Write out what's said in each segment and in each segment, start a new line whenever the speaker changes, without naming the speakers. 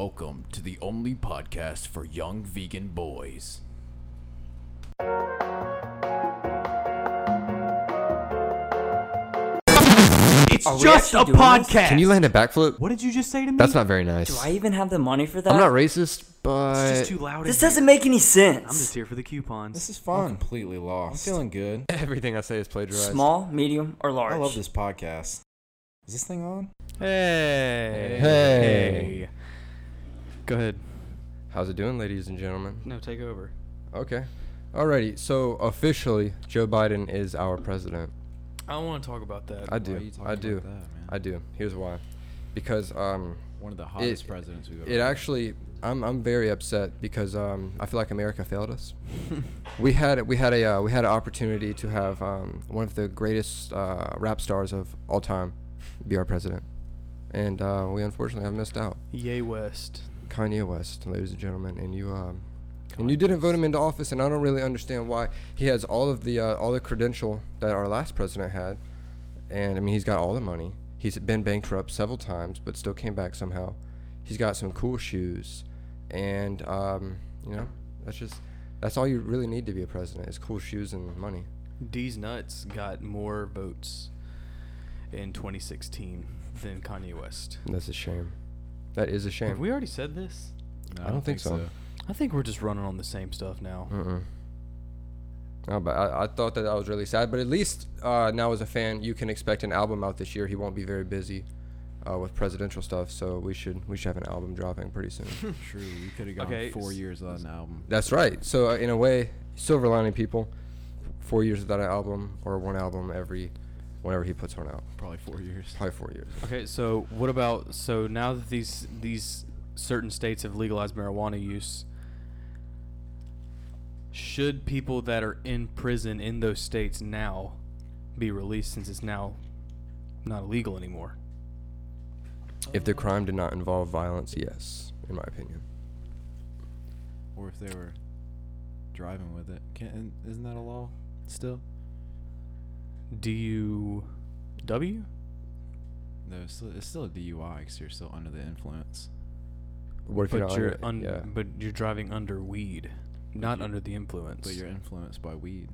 Welcome to the only podcast for young vegan boys. It's
Are we
just a
actually doing this?
podcast.
Can you land a backflip?
What did you just say to me?
That's not very nice.
Do I even have the money for that?
I'm not racist, but
It's just too loud.
This
in
doesn't make any sense.
I'm just here for the coupons.
This is fun. I'm completely lost. I'm feeling good.
everything I say is plagiarized.
Small, medium, or large.
I love this podcast. Is this thing on?
Hey.
Hey.
Go ahead.
How's it doing, ladies and gentlemen?
No, take over.
Okay. Alrighty. So officially, Joe Biden is our president.
I don't want to talk about that.
I do. I do. I do. Here's why. Because um,
One of the
hottest
presidents we've
it actually, I'm I'm very upset because um, I feel like America failed us. we had we had a uh, we had an opportunity to have um, one of the greatest uh, rap stars of all time be our president, and uh, we unfortunately have missed out.
Yay West.
Kanye West, ladies and gentlemen, and you um, and you didn't vote him into office, and I don't really understand why he has all of the uh, all the credential that our last president had, and I mean he's got all the money. He's been bankrupt several times, but still came back somehow. He's got some cool shoes, and um, you know that's just that's all you really need to be a president is cool shoes and money.
D's nuts got more votes in 2016 than Kanye West.
And that's a shame. That is a
Have
shame.
we already said this?
I don't think so.
I think we're just running on the same stuff now.
Mm-mm. Oh, but I, I thought that that was really sad. But at least uh, now, as a fan, you can expect an album out this year. He won't be very busy uh, with presidential stuff, so we should we should have an album dropping pretty soon.
True. We could have gone
Okay,
four
s-
years without an album.
That's right. So uh, in a way, silver lining, people. Four years without an album, or one album every, whenever he puts one out.
Probably four years.
Probably four years.
Okay, so what about so now that these these certain states have legalized marijuana use, should people that are in prison in those states now be released since it's now not illegal anymore?
If the crime did not involve violence, yes, in my opinion.
Or if they were driving with it. Can't, isn't that a law still?
Do you W?
No, it's still, it's still a DUI because you're still under the influence.
What if you're
But
not
you're
under-
un-
yeah.
but you're driving under weed, not
you-
under the influence.
But you're influenced by weed.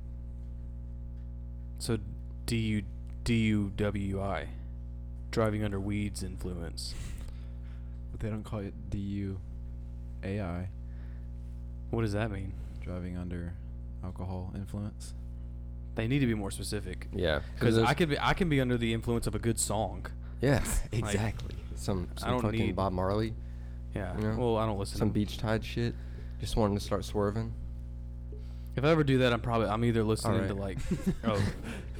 so do you do you WI? Driving under weed's influence.
But they don't call it DUAI,
What does that mean?
driving under alcohol influence.
They need to be more specific.
Yeah,
Because
there's-
I could be I can be under the influence of a good song.
Yeah, exactly. some
I
some
don't
fucking
need-
Bob Marley.
Yeah.
You know,
Well, I don't listen.
some
to-
beach tide shit. Just wanted to start swerving.
If I ever do that, I'm probably I'm either listening to like.
Alright.
oh.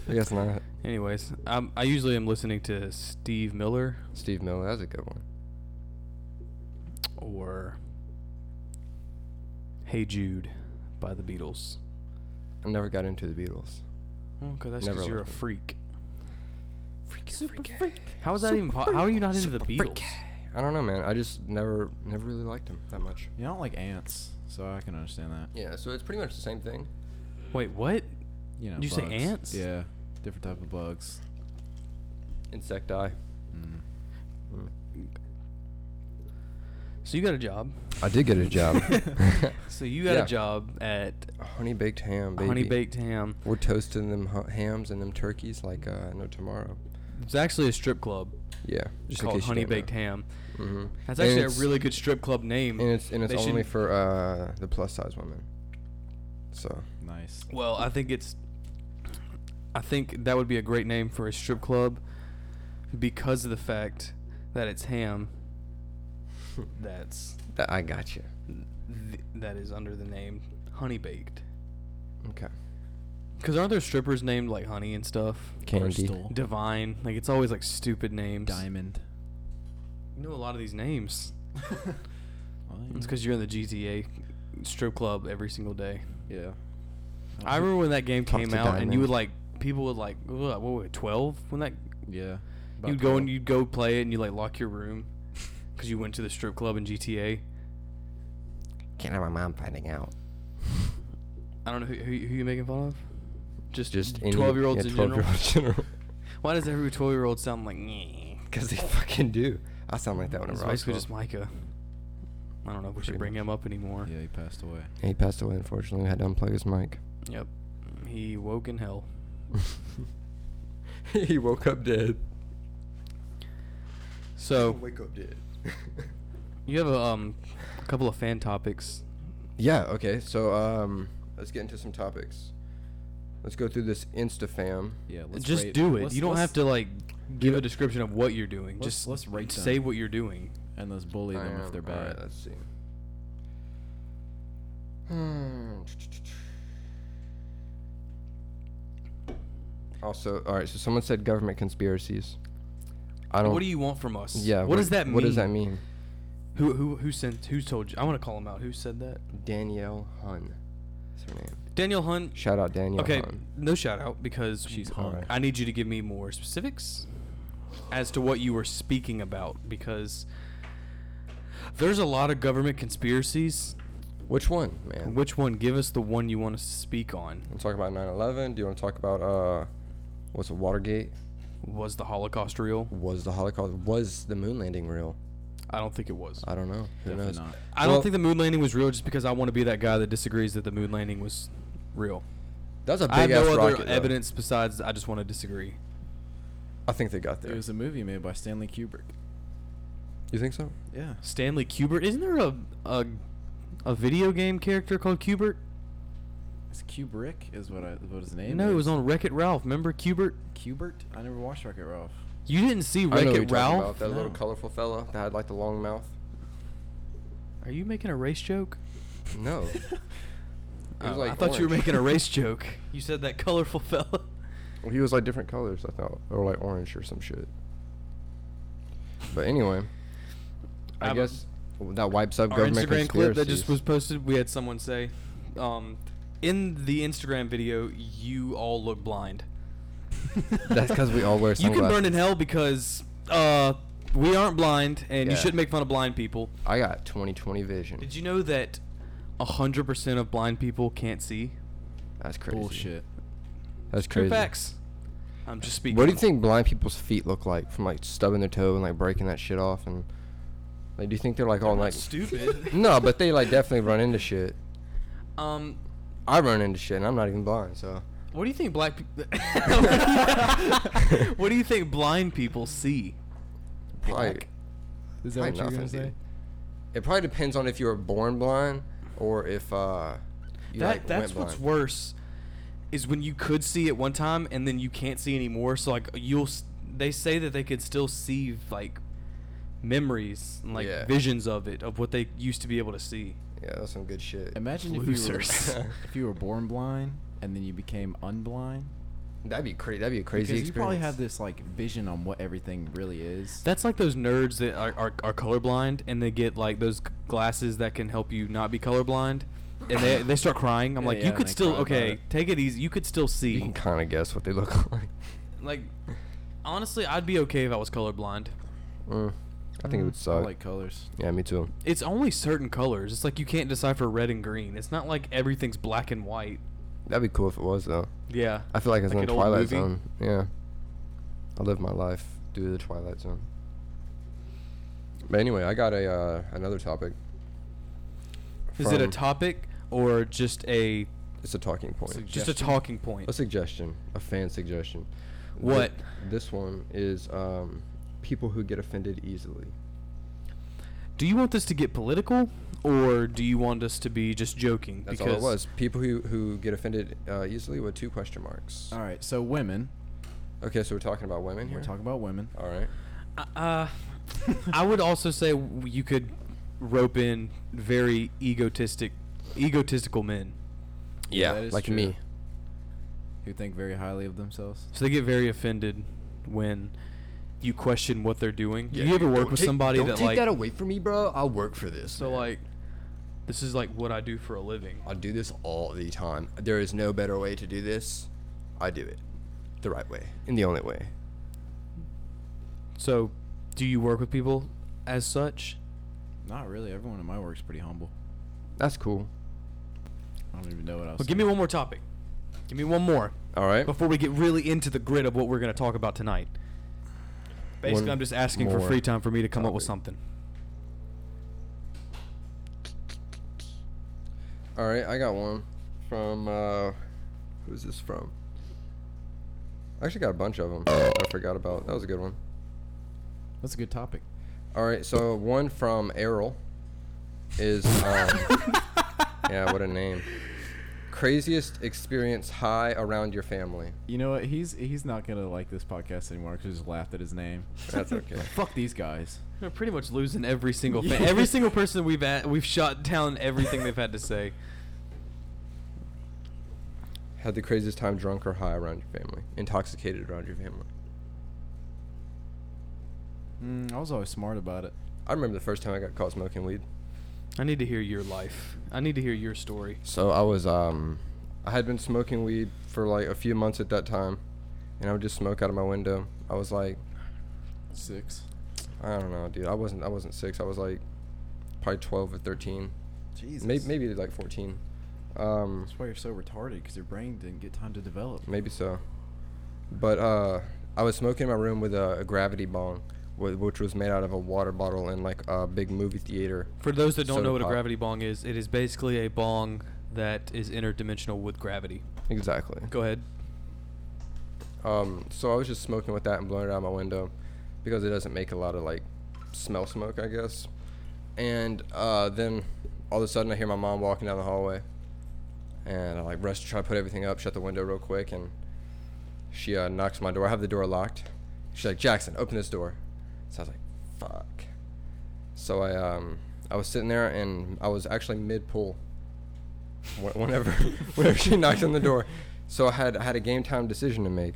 I guess not.
Anyways, I'm, I usually am listening to Steve Miller
Steve Miller, that's a good one.
or Hey Jude by the Beatles.
I never got into the Beatles.
Okay, that's
Never
because you're a
liked it.
freak. Freak, super freak. How is that even? Po- how are you not into the Beatles?
I don't know, man. I just never, never really liked them that much.
You don't like ants, so I can understand that.
Yeah, so it's pretty much the same thing.
Wait, what?
You know,
Did you say
bugs.
ants?
Yeah, different type of bugs.
Insect eye.
Mm.
So you got a job?
I did get a job.
So you got
Yeah.
a job at
Honey baked ham, baby.
Honey Baked Ham.
We're toasting them hu- hams and them turkeys like uh, no tomorrow.
It's actually a strip club
Yeah, just
called Honey Baked Ham.
Mm-hmm.
That's actually a really good strip club name.
And it's and it's
They
only
should-
for uh, the plus size women. So
Nice.
Well, I think it's. I think that would be a great name for a strip club because of the fact that it's ham. That's
that I got you.
th- that is under the name Honey Baked.
Okay.
Because aren't there strippers named like Honey and stuff?
Candy.
Crystal.
Divine. Like it's always like stupid names.
Diamond.
You know a lot of these names.
Well,
It's
Mm-hmm.
because you're in the GTA strip club every single day.
yeah.
I remember when that game
Talk
came
to
out, and you
Diamond.
would like people would like ugh, what were we, twelve when that
Yeah. About
you'd go and
12.
you'd go play it, and you like lock your room because you went to the strip club in GTA.
Can't have my mom finding out.
I don't know who who, who you making fun of. Just
Just
just
any-
twelve year olds
yeah,
in
12
general.
year old general.
Why does every twelve year old sound like? "Nyeh"?
Because they fucking do. I sound like that when I'm
It's
wrong.
basically just Micah. I don't know if we
Pretty
should bring
much.
him up anymore.
Yeah, he passed away.
He passed away, unfortunately. I had to unplug his mic.
Yep. He woke in hell.
he woke up dead.
So
Wake up dead.
you have a um, couple of fan topics.
yeah, okay. So um let's get into some topics. Let's go through this InstaFam.
Yeah, let's
just
rate-
do it.
let's-
you don't have
let's-
to like give a description of what you're doing.
Let's-
just
let's rate
say
them.
what you're doing.
And let's bully them
I
if they're
am- alright,
bad.
let's see. Hmm. Also, all right. So someone said government conspiracies. I don't.
What do you want from us?
Yeah.
What, does that mean?
What does that mean?
Who who who sent? Who told you? I want to call him out. Who said that?
Danielle Hun. That's her name.
Daniel Hunt.
Shout out Danielle.
Okay,
Hun.
no shout out because
She's
um,
hung.
I need you to give me more specifics as to what you were speaking about because there's a lot of government conspiracies.
Which one, man?
Which one? Give us the one you want us to speak on.
Want to talk about 9/11? Do you want to talk about uh, what's it, Watergate?
Was the Holocaust real?
Was the Holocaust? Was the moon landing real?
I don't think it was.
I don't know. Who
Definitely
knows?
not.
I
Well-
don't think the moon landing was real just because I want to be that guy that disagrees that the moon landing was real.
That's a big
I have
ass
no other
rocket. though.
evidence besides I just want to disagree.
I think they got there.
It was a movie made by Stanley Kubrick.
you think so?
Yeah.
Stanley Kubrick, isn't there a a, a video game character called Kubert?
It's Kubrick is what I what his name
No,
is.
it was on Wreck It Ralph. Remember Kubert?
Kubert? I never watched Wreck-It Ralph.
You didn't see
I
Wreck
know who you're
It
talking
Ralph?
about, That little
No.
colorful fella that had like the long mouth.
Are you making a race joke?
No. It was,
Oh,
like,
I thought you were
orange.
making a race joke. You said that colorful fella.
Well, he was like different colors, I thought, or like orange or some shit. But anyway, I
I'm-
guess that wipes up
Our Instagram
government
clip that just
conspiracies.
was posted, we had someone say, um, "In the Instagram video, you all look blind."
That's 'cause we all wear
You can burn in
sunglasses.
hell because uh, we aren't blind, and
Yeah.
you shouldn't make fun of blind people.
I got 20/20 vision.
Did you know that hundred percent of blind people can't see?
That's crazy.
Bullshit.
That's
True
crazy.
facts. I'm just speaking.
What do you think blind people's feet look like from like stubbing their toe and like breaking that shit off and like do you think they're like all like
Stupid.
no, but they like definitely run into shit.
Um,
I run into shit and I'm not even blind, so
what do you think black people? what do you think blind people see?
probably
Is that
Probably
what you're gonna
nothing,
say?
dude. It probably depends on if you were born blind or if uh you
that
like,
that's
went
what's
blind.
worse, is when you could see at one time and then you can't see anymore. So like you'll, s- they say that they could still see like memories, and, like
Yeah.
visions of it of what they used to be able to see.
Yeah, that's some good shit.
Imagine if you were
Losers.
if you were born blind and then you became unblind.
That'd be crazy. That'd be a crazy
because
experience.
you probably have this like vision on what everything really is.
That's like those nerds that are, are, are colorblind and they get like those glasses that can help you not be colorblind. And they, they start crying. I'm
Yeah,
like,
yeah,
you could
they
still,
cry about
okay,
it.
take it easy. You could still
You
see.
can kind of guess what they look like.
Like, honestly, I'd be okay if I was colorblind.
Mm. I think it would
I
suck.
like colors.
yeah, me too.
It's only certain colors. It's like you can't decipher red and green. It's not like everything's black and white.
That'd be cool if it was though.
Yeah.
I feel like it's
Like
in
an
the
old
Twilight
movie?
Zone. Yeah. I live my life through the Twilight Zone. But anyway, I got a uh, another topic.
Is it a
from-
topic or just a
It's a talking point.
just a talking point?
a suggestion, a fan suggestion. Thi-
What?
This one is um, people who get offended easily.
Do you want this to get political or do you want us to be just joking?
That's all it was. People who, who get offended uh, easily with two question marks.
All right, so women.
Okay, so we're talking about women here.
We're talking about women.
all right.
Uh, I would also say w- you could rope in very egotistic, egotistical men.
Yeah, that is
like
true.
me.
Who think very highly of themselves.
So they get very offended when you question what they're doing. you ever work
Don't
with
take-
somebody
don't
that
take
like
that away from me, bro. I'll work for this.
so
man.
like this is like what I do for a living.
I do this all the time. There is no better way to do this. I do it the right way and the only way.
So do you work with people as such?
Not really. Everyone in my work's pretty humble.
That's cool.
I don't even know what I was.
Well, give me one more topic. Give me one more
All right.
before we get really into the grit of what we're going to talk about tonight. Basically,
One
I'm just asking for
more
free time for me to come up with
topic.
something.
All right, I got one from uh, who's this from? I actually got a bunch of them. I forgot about. That was a good one.
That's a good topic.
All right, so one from Errol is um, yeah, what a name. Craziest experience high around your family.
You know what? He's he's not gonna like this podcast anymore because just laughed at his name.
That's okay.
Fuck these guys.
We're pretty much losing every single fan. every single person we've at, we've shot down everything they've had to say.
Had the craziest time drunk or high around your family. Intoxicated around your family.
Mm, I was always smart about it.
I remember the first time I got caught smoking weed.
I need to hear your life. I need to hear your story.
So I was um I had been smoking weed for like a few months at that time and I would just smoke out of my window. I was like
Six.
I don't know, dude. I wasn't I wasn't 6. I was like probably 12 or 13.
Jesus.
Maybe maybe like 14. Um
That's why you're so retarded because your brain didn't get time to develop.
maybe so. But uh I was smoking in my room with a, a gravity bong wh- which was made out of a water bottle and like a big movie theater.
For those that don't
Soda
know what a
pop.
gravity bong is, it is basically a bong that is interdimensional with gravity.
Exactly.
Go ahead.
Um, so I was just smoking with that and blowing it out my window because it doesn't make a lot of like smell smoke, I guess. And uh, then all of a sudden I hear my mom walking down the hallway, and I like rush to try to put everything up, shut the window real quick, and she uh, knocks my door. I have the door locked. She's like, Jackson, open this door. So I was like, fuck. So I um I was sitting there and I was actually mid pull. Whenever whenever she knocked on the door, so I had I had a game time decision to make,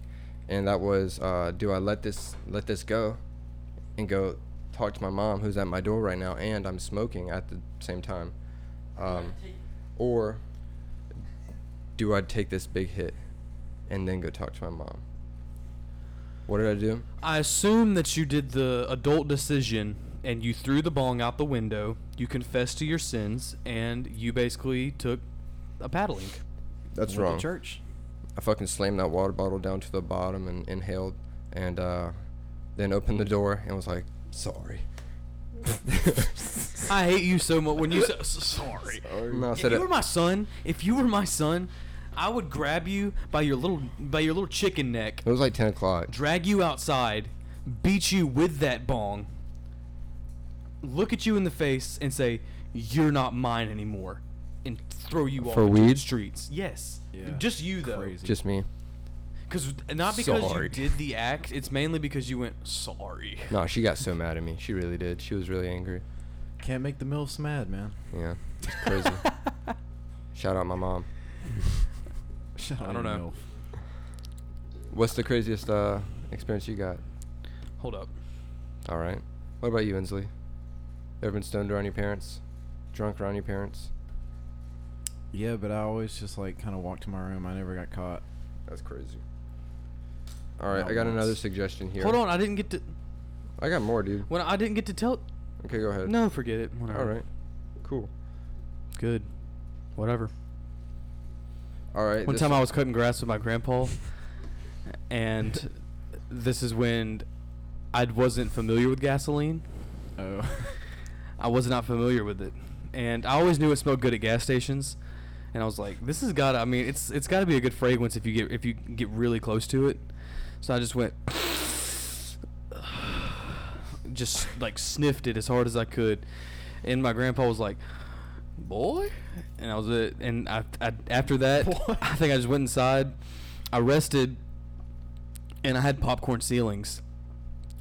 and that was uh, do I let this let this go, and go talk to my mom who's at my door right now and I'm smoking at the same time, um, or do I take this big hit, and then go talk to my mom. What did I do?
I assume that you did the adult decision and you threw the bong out the window. You confessed to your sins and you basically took a paddling.
That's
Went to church.
I fucking slammed that water bottle down to the bottom and inhaled, and uh, then opened the door and was like, "Sorry."
I hate you so much when you say sorry.
No, I
If
said
you
it.
were my son, if you were my son, I would grab you by your little by your little chicken neck,
It was like ten o'clock.
drag you outside, beat you with that bong, look at you in the face and say, "You're not mine anymore," and throw you off
For
into the
weed?
streets. Yes,
Yeah.
just you though,
Crazy.
Just me.
because not because
Sorry.
you did the act. It's mainly because you went sorry.
No, she got so mad at me. She really did. She was really angry.
Can't make the milfs mad, man.
Yeah, it's crazy. Shout out my mom.
Shut
I
up,
don't
you
know.
What's the craziest uh, experience you got?
Hold up.
All right. What about you, Inslee? Ever been stoned around your parents? Drunk around your parents?
Yeah, but I always just like kind of walked to my room. I never got caught.
That's crazy. All right,
Not
I got another
once.
suggestion here.
Hold on, I didn't get to.
I got more, dude.
When I didn't get to tell.
Okay, go ahead.
No, forget it. Whatever.
All right. Cool.
Good. Whatever.
All right.
One
this-
time I was cutting grass with my grandpa, and this is when I wasn't familiar with gasoline.
Oh.
I was not familiar with it, and I always knew it smelled good at gas stations. And I was like, "This has got. to I mean, it's it's got to be a good fragrance if you get if you get really close to it." So I just went, just like sniffed it as hard as I could, and my grandpa was like, "Boy," and I was it. And I, I after that, I think I just went inside. I rested, and I had popcorn ceilings,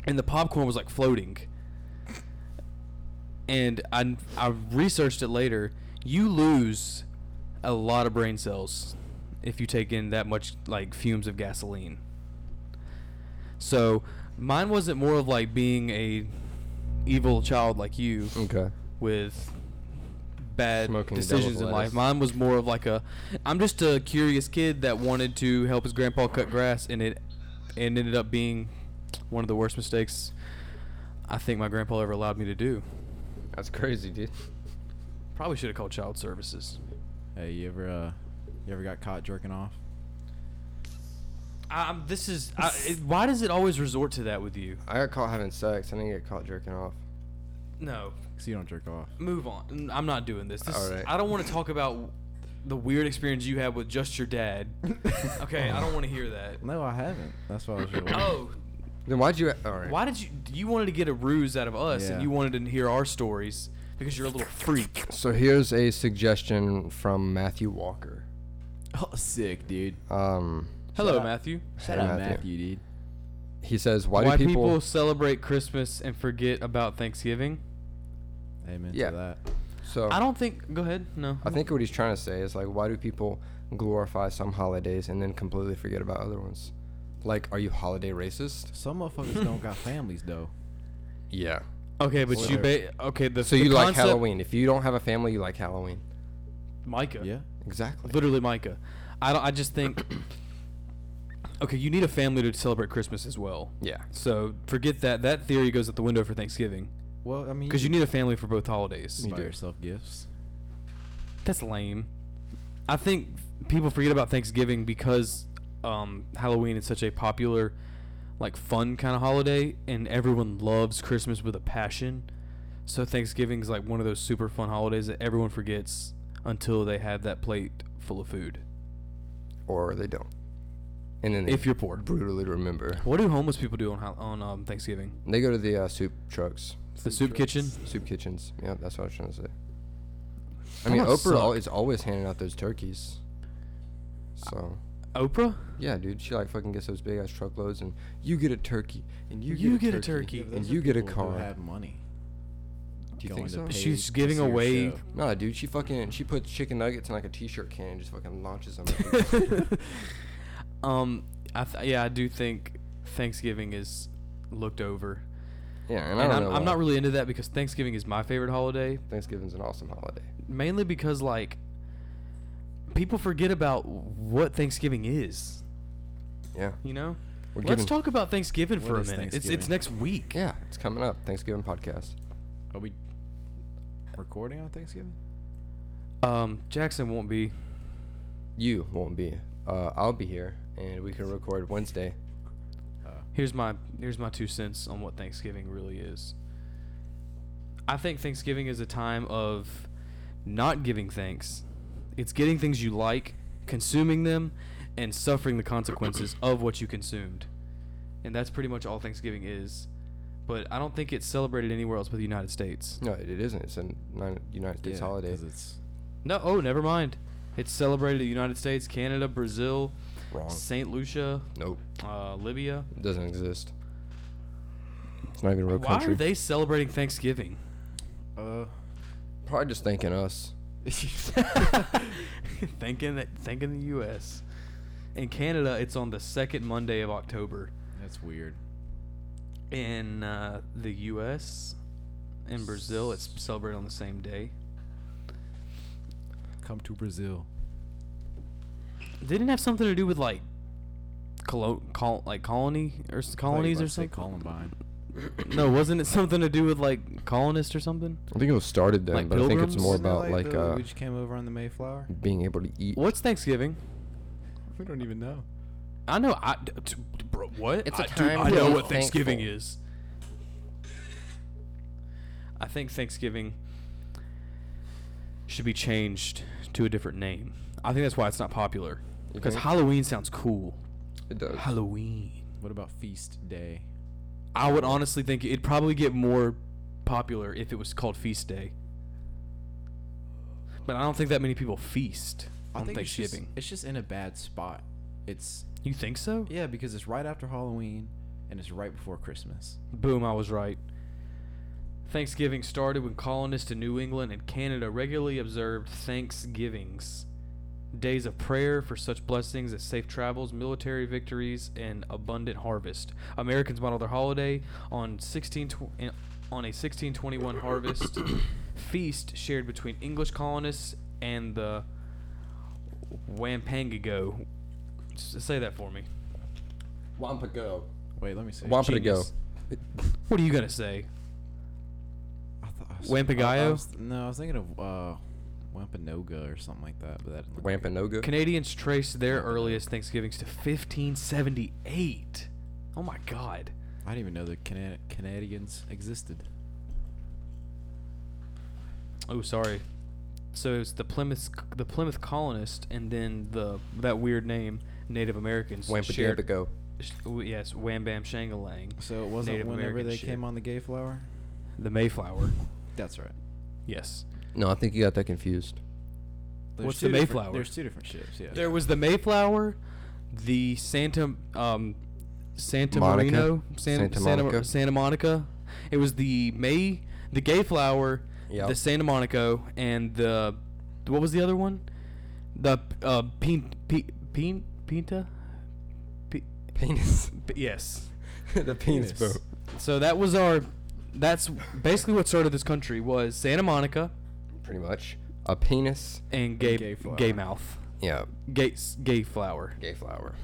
and the popcorn was like floating and I I researched it later. You lose a lot of brain cells if you take in that much like fumes of gasoline. So mine wasn't more of like being a evil child like you
Okay.
with bad
Smoking the devil's
decisions in life.
lettuce.
Mine was more of like a I'm just a curious kid that wanted to help his grandpa cut grass and it and ended up being one of the worst mistakes I think my grandpa ever allowed me to do.
That's crazy, dude.
Probably should have called child services.
hey, you ever uh, you ever got caught jerking off?
Um, this is I, it, why does it always resort to that with you?
I got caught having sex. I didn't get caught jerking off.
No,
Cause you don't jerk off.
move on. N- I'm not doing this. this
All right.
I don't want to talk about the weird experience you had with just your dad. okay, I don't want to hear that.
No, I haven't. That's why I was. Really
Oh,
Then why'd you? All right.
why did you? You wanted to get a ruse out of us, and
Yeah.
you wanted to hear our stories because you're a little freak.
So here's a suggestion from Matthew Walker.
Oh, sick, dude.
Um,
Hello,
Shut up.
Matthew.
Shout
Hey,
out
Matthew.
Matthew, dude.
he says, "Why,
Why,
do
people, celebrate Christmas and forget about Thanksgiving?
Amen
Yeah.
to that.
So
I don't think. Go ahead. No.
I think what he's trying to say is like, why do people glorify some holidays and then completely forget about other ones? Like, are you holiday racist?
Some motherfuckers don't got families though.
Yeah.
Okay, but you
Whatever.
ba- okay. The
So
the
you like
concept-
Halloween? If you don't have a family, you like Halloween.
Micah?
Yeah.
Exactly.
literally Micah. I don't. I just think. okay, you need a family to celebrate Christmas as well.
Yeah.
So forget that. That theory goes out the window for Thanksgiving
Well, I mean,
because you need a family for both holidays.
can buy yourself gifts.
That's lame. I think people forget about Thanksgiving because um, Halloween is such a popular, like fun kind of holiday, and everyone loves Christmas with a passion. So Thanksgiving's like one of those super fun holidays that everyone forgets until they have that plate full of food.
Or they don't. And then they
If you're bored.
brutally remember,
What do homeless people do on Hal- on um, Thanksgiving?
they go to the uh, soup trucks,
the soup kitchen.
soup kitchens. Yeah, that's what I was trying to say. I
That
mean,
must
Oprah
suck.
al- is always handing out those turkeys. So.
Oprah.
Yeah, dude. She like fucking gets those big ass truckloads, and you get a turkey, and you get,
You
a,
get a
turkey,
turkey.
and you get a
People who
car.
Have money.
Do you
going
think so?
to pay
She's
to
giving
see your
away-
show.
Nah, dude. She fucking she puts chicken nuggets in like a t-shirt can and just fucking launches them. at people.
Um, I th- yeah, I do think Thanksgiving is looked over,
yeah, and,
and,
I don't
I'm,
know.
I'm
why.
not really into that because Thanksgiving is my favorite holiday,
Thanksgiving's an awesome holiday.
mainly because like people forget about what Thanksgiving is.
Yeah.
You know,
We're
let's
giving-
talk about Thanksgiving
What
for a
is
minute. It's it's
Thanksgiving?
next week.
Yeah, it's coming up. Thanksgiving podcast.
Are we recording on Thanksgiving?
Um, Jackson won't be.
You won't be. Uh, I'll be here, and we can record Wednesday.
Here's my here's my two cents on what Thanksgiving really is. I think Thanksgiving is a time of not giving thanks. It's getting things you like, consuming them, and suffering the consequences of what you consumed. And that's pretty much all Thanksgiving is. But I don't think it's celebrated anywhere else but the United States.
No, it, it isn't. It's a non- United States holiday.
'cause It's
No, oh, never mind. It's celebrated in the United States, Canada, Brazil,
Wrong.
St. Lucia,
Nope.
uh, Libya.
It doesn't exist. It's not even a real
Why
country.
are they celebrating Thanksgiving?
uh.
Probably just thanking us.
thinking that thinking the U.S. In Canada, it's on the second Monday of October.
That's weird.
In uh, the U.S. In Brazil, it's celebrated on the same day.
Come to Brazil.
Didn't it have something to do with like colo- col- like colony or s- colonies or
say
something.
Columbine.
no, wasn't it something to do with like colonists or something?
I think it was started then,
Like
but I think it's
pilgrims?
more
Isn't
about like, uh,
we just came over on the Mayflower.
being able to eat.
What's Thanksgiving?
We don't even know.
I know. I d- t- d- bro, what?
It's a
I, dude,
time
I
to
know
be
what Thanksgiving
thankful.
is. I think Thanksgiving should be changed to a different name. I think that's why it's not popular.
You
Because
think?
Halloween sounds cool.
It does.
Halloween.
What about Feast Day?
I would honestly think it'd probably get more popular if it was called Feast Day. But I don't think that many people feast on
it's just-
Thanksgiving.
it's just in a bad spot. It's
You think so?
yeah because it's right after Halloween and it's right before Christmas.
Boom, I was right. Thanksgiving started when colonists in New England and Canada regularly observed Thanksgivings, days of prayer for such blessings as safe travels, military victories, and abundant harvest. Americans modeled their holiday on 16 tw- in- on a 1621 harvest feast shared between English colonists and the Wampago. S- Say that for me.
Wampago.
Wait, let me see.
Wampago.
Genius. What are you gonna say?
I thought I was-
Wampagayo?
I- I was- no, I was thinking of uh, Wampanoag or something like that. But that didn't look right.
Wampanoag.
Canadians traced their earliest Thanksgivings to 1578. Oh my God.
I didn't even know the Cana- Canadians existed.
Oh, sorry. so it was the Plymouth the Plymouth colonist and then the that weird name Native Americans shared.
Wampadimpago.
sh- w- Yes, Wham Bam Shangalang.
So it wasn't
Native
whenever
American
they
shit.
came on the gay flower?
the Mayflower.
That's right.
Yes.
No, I think you got that confused.
What's the
two different-
Mayflower?
There's two different ships, yeah.
There was the Mayflower, the Santa um, Santa
Monica?
Marino, Santa
Santa
Santa Santa Monica.
Monica?
It was the May, the Gay Flower,
Yep.
the Santa Monica, and the what was the other one? The uh, Pin Pin Pin Pinta. P-
Penis.
p- yes.
the penis,
Yes.
boat.
So that was our. That's basically what started this country was Santa Monica
Pretty much. A penis.
and gay
Gay Flower.
gay mouth,
Yeah.
gay s- gay flower.
Gay flower.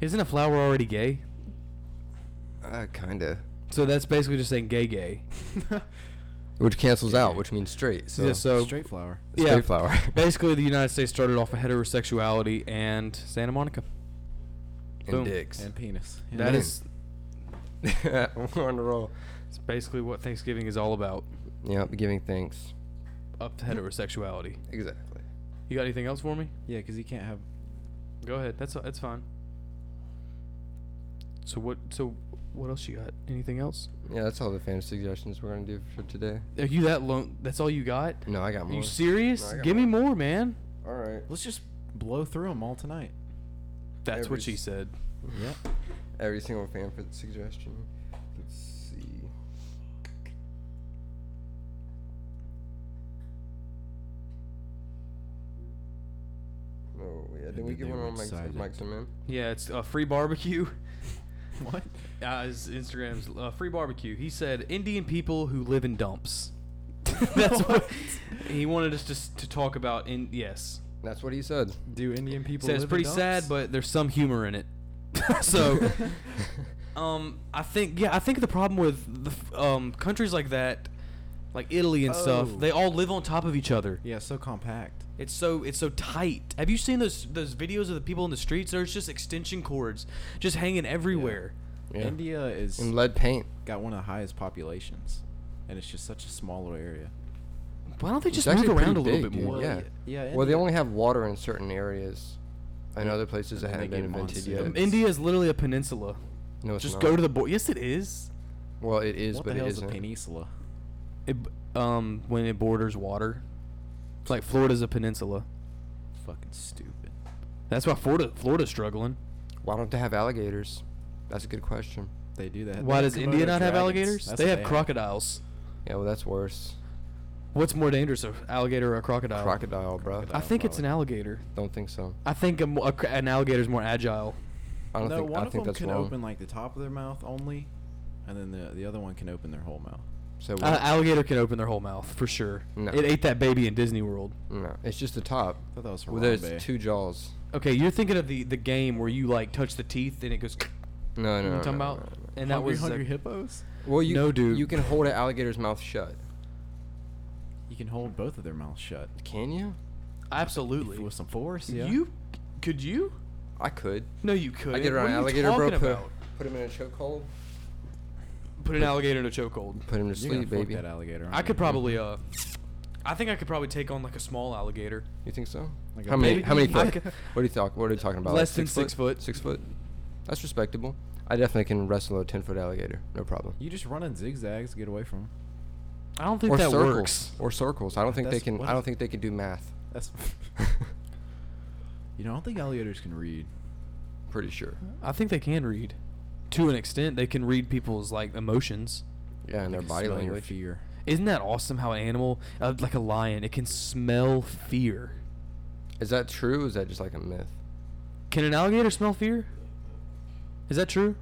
Isn't a flower already gay?
Uh, kinda.
So that's basically just saying gay gay.
Which cancels out, which means straight. So
yeah, so
Straight flower.
straight
yeah.
flower.
basically the United States started off with heterosexuality and Santa Monica. boom.
and dicks.
And penis. Yeah.
That
Man.
is
We're on the roll.
it's basically what Thanksgiving is all about.
Yeah, giving thanks.
Up to heterosexuality.
Exactly.
You got anything else for me?
Yeah, because you can't have.
Go ahead. That's that's fine. So what so what else you got? Anything else?
Yeah, that's all the fantasy suggestions we're gonna do for today.
Are you that lone that's all you got?
No, I got
Are
more.
you serious?
I got
Give me more, man.
all right.
Let's just blow through them all tonight.
That's
Every
what she
s-
said.
Yep.
Every single fan for suggestion. Let's see. Oh yeah, did we
did
get
they
one on
went
Mike's,
silent.
Mike's man?
Yeah, it's a free barbecue.
what?
Uh, his Instagram's uh, free barbecue. He said Indian people who live in dumps. That's what he wanted us just to talk about. In yes,
That's what he said.
Do Indian people?
said it's
live in
pretty sad,
dumps?
but there's some humor in it. so, um, I think yeah, I think the problem with the f- um countries like that, like Italy and stuff,
Oh.
they all live on top of each other.
Yeah, so compact.
It's so it's so tight. Have you seen those those videos of the people in the streets? There's just extension cords just hanging everywhere.
Yeah.
India is
And lead paint.
got one of the highest populations, and it's just such a small area.
Why don't they
It's
just
actually
move around
pretty
a little
big,
bit
dude.
more?
Yeah.
Yeah.
Well, they
India-
only have water in certain areas, and other places that
And then
haven't
they
been
get
invented
monsoon.
yet.
Um,
India is literally a peninsula.
no, it's
Just
not.
go to the border. Yes, it is.
Well, it is,
What
but
the hell
it
is a
isn't.
peninsula?
It, b- um, when it borders water, it's like Florida's a peninsula.
Fucking stupid.
That's why Florida Florida's struggling.
Why don't they have alligators? That's a good question.
They do that.
Why
They
does
have
India
Komodo
not have
dragons.
alligators?
That's
They
what
have crocodiles.
Yeah, well, that's worse.
What's more dangerous, an alligator or a crocodile?
Crocodile, bro.
I
Crocodile.
think it's an
probably.
alligator.
Don't think so.
I think a, mo- a, cr- an alligator is more agile.
I don't
no,
think.
one
I
of
think
them
that's
can
wrong.
open like the top of their mouth only, and then the the other one can open their whole mouth.
so
An
what-
Uh, alligator can open their whole mouth for sure.
No.
It ate that baby in Disney World.
no, it's just the top.
I thought that was
Well,
Harambe.
there's two jaws.
Okay, you're thinking of the, the game where you like touch the teeth and it goes.
No, no,
you know
no,
what I'm talking
no, no,
about?
no, no.
And that
hungry,
was a-
hungry hippos.
Well, you
No, dude.
You can hold an alligator's mouth shut.
You can hold both of their mouths shut.
Can you?
absolutely.
With some force, yeah.
You could you?
I could.
No, you could.
I get around
what
an
are you
alligator, bro.
talking
Put,
about?
put him in a chokehold.
Put an alligator in a chokehold.
Put him to
You're gonna
sleep,
fuck
baby.
that alligator. aren't
I could
you?
probably uh, I think I could probably take on like a small alligator.
You think so?
Like a
how many?
baby.
How many
I
foot?
could-
What are you talking? What are you talking about?
Less than six foot.
Six foot. That's respectable. I definitely can wrestle a ten foot alligator. No problem.
You just run in zigzags, get away from 'em.
I don't think
or
that
circles.
works.
Or circles. I don't think they
That's-
can.
what
I
is-
don't think they can do math.
That's. you know, I don't think alligators can read.
Pretty sure.
I think they can read, to an extent. They can read people's like emotions.
Yeah, and
They
their
can
body
smell your
language.
fear.
Isn't that awesome? How an animal, uh, like a lion, it can smell fear.
Is that true? Or is that just like a myth?
Can an alligator smell fear? Is that true?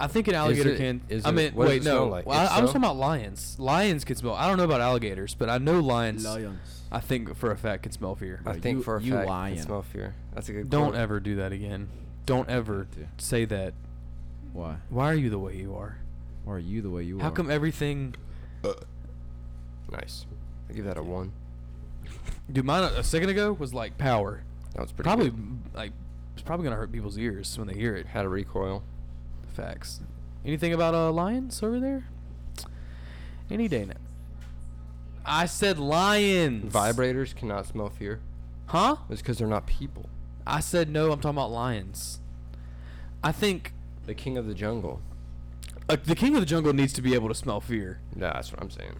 I think an alligator
it-
can.
is
I
it-
mean,
what does
wait,
it smell
no.
like?
Well, I,
If
I was
so-
talking about lions. Lions can smell. I don't know about alligators, but I know lions.
Lions.
I think for a fact can smell fear.
I
Right,
think
you-
for a
you
fact,
lying.
can smell fear. That's a good.
Don't
quote.
ever do that again. Don't ever
to.
say that.
Why?
Why are you the way you are?
Why are you the way you are?
How come everything?
Nice. I give that a one.
Dude, mine a a second ago was like power.
That was pretty.
Probably
good.
m- like it's probably gonna hurt people's ears when they hear it.
had a recoil.
Facts. Anything about uh, lions over there? Any day now. I said lions.
Vibrators cannot smell fear.
Huh?
It's because they're not people.
I said no. I'm talking about lions. I think
The king of the jungle.
uh, the king of the jungle needs to be able to smell fear.
Nah, that's what I'm saying.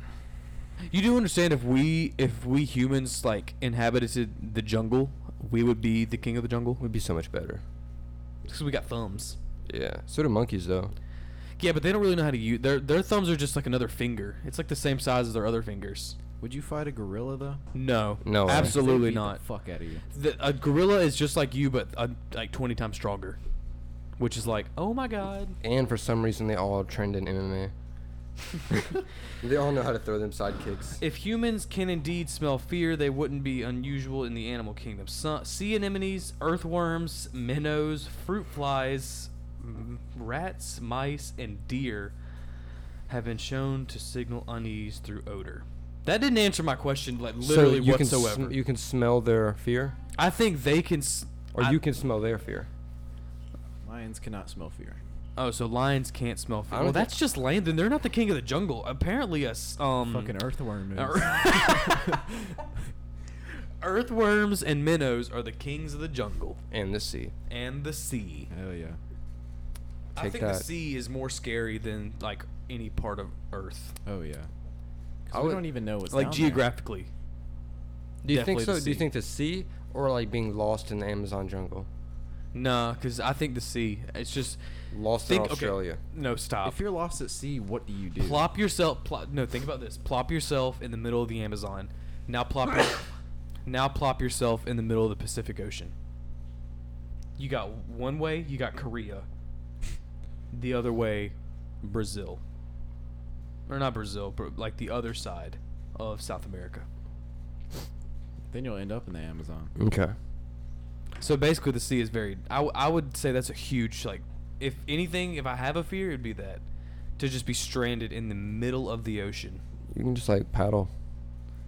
You do understand if we if we humans like inhabited the jungle, we would be the king of the jungle
Would be so much better.
because we got thumbs.
Yeah. So do monkeys though.
Yeah, but they don't really know how to use their their thumbs are just like another finger. It's like the same size as their other fingers.
Would you fight a gorilla though?
No,
No way.
They
absolutely
beat
not.
The fuck out of you.
The, a gorilla is just like you, but uh, like twenty times stronger. Which is like, oh my god.
And for some reason, they all trend in MMA. they all know how to throw them side kicks.
If humans can indeed smell fear, they wouldn't be unusual in the animal kingdom. Su- sea anemones, earthworms, minnows, fruit flies, m- rats, mice, and deer have been shown to signal unease through odor. That didn't answer my question, like literally
you
whatsoever.
Can sm- you can smell their fear,
I think they can. S-
or
I-
you can smell their fear.
Lions cannot smell fear.
Oh, so lions can't smell fear.
I don't
Well,
thi-
that's just Landon. They're not the king of the jungle. Apparently, a s- um.
Fucking earthworm is.
Earthworms and minnows are the kings of the jungle
And the sea.
and the sea.
Hell yeah.
I
Take
think the
that.
sea is more scary than like any part of Earth,
Oh yeah. 'Cause
I
we
would-
don't even know what's
like
down there.
geographically.
Do you think
Definitely
so?
the
Do you
sea.
think the sea, or like being lost in the Amazon jungle,
Nah, because I think the sea. It's just
lost
think.
in Australia?
Okay, no, stop.
If you're lost at sea, what do you do?
Plop yourself. Pl- no, think about this. Plop yourself in the middle of the Amazon. Now plop. your- now plop yourself in the middle of the Pacific Ocean. You got one way. You got Korea. The other way, Brazil. Or not Brazil, but like the other side of South America.
Then you'll end up in the Amazon.
Okay.
So basically, the sea is very. I, w- I would say that's a huge like. If anything, if I have a fear, it'd be that to just be stranded in the middle of the ocean.
You can just like paddle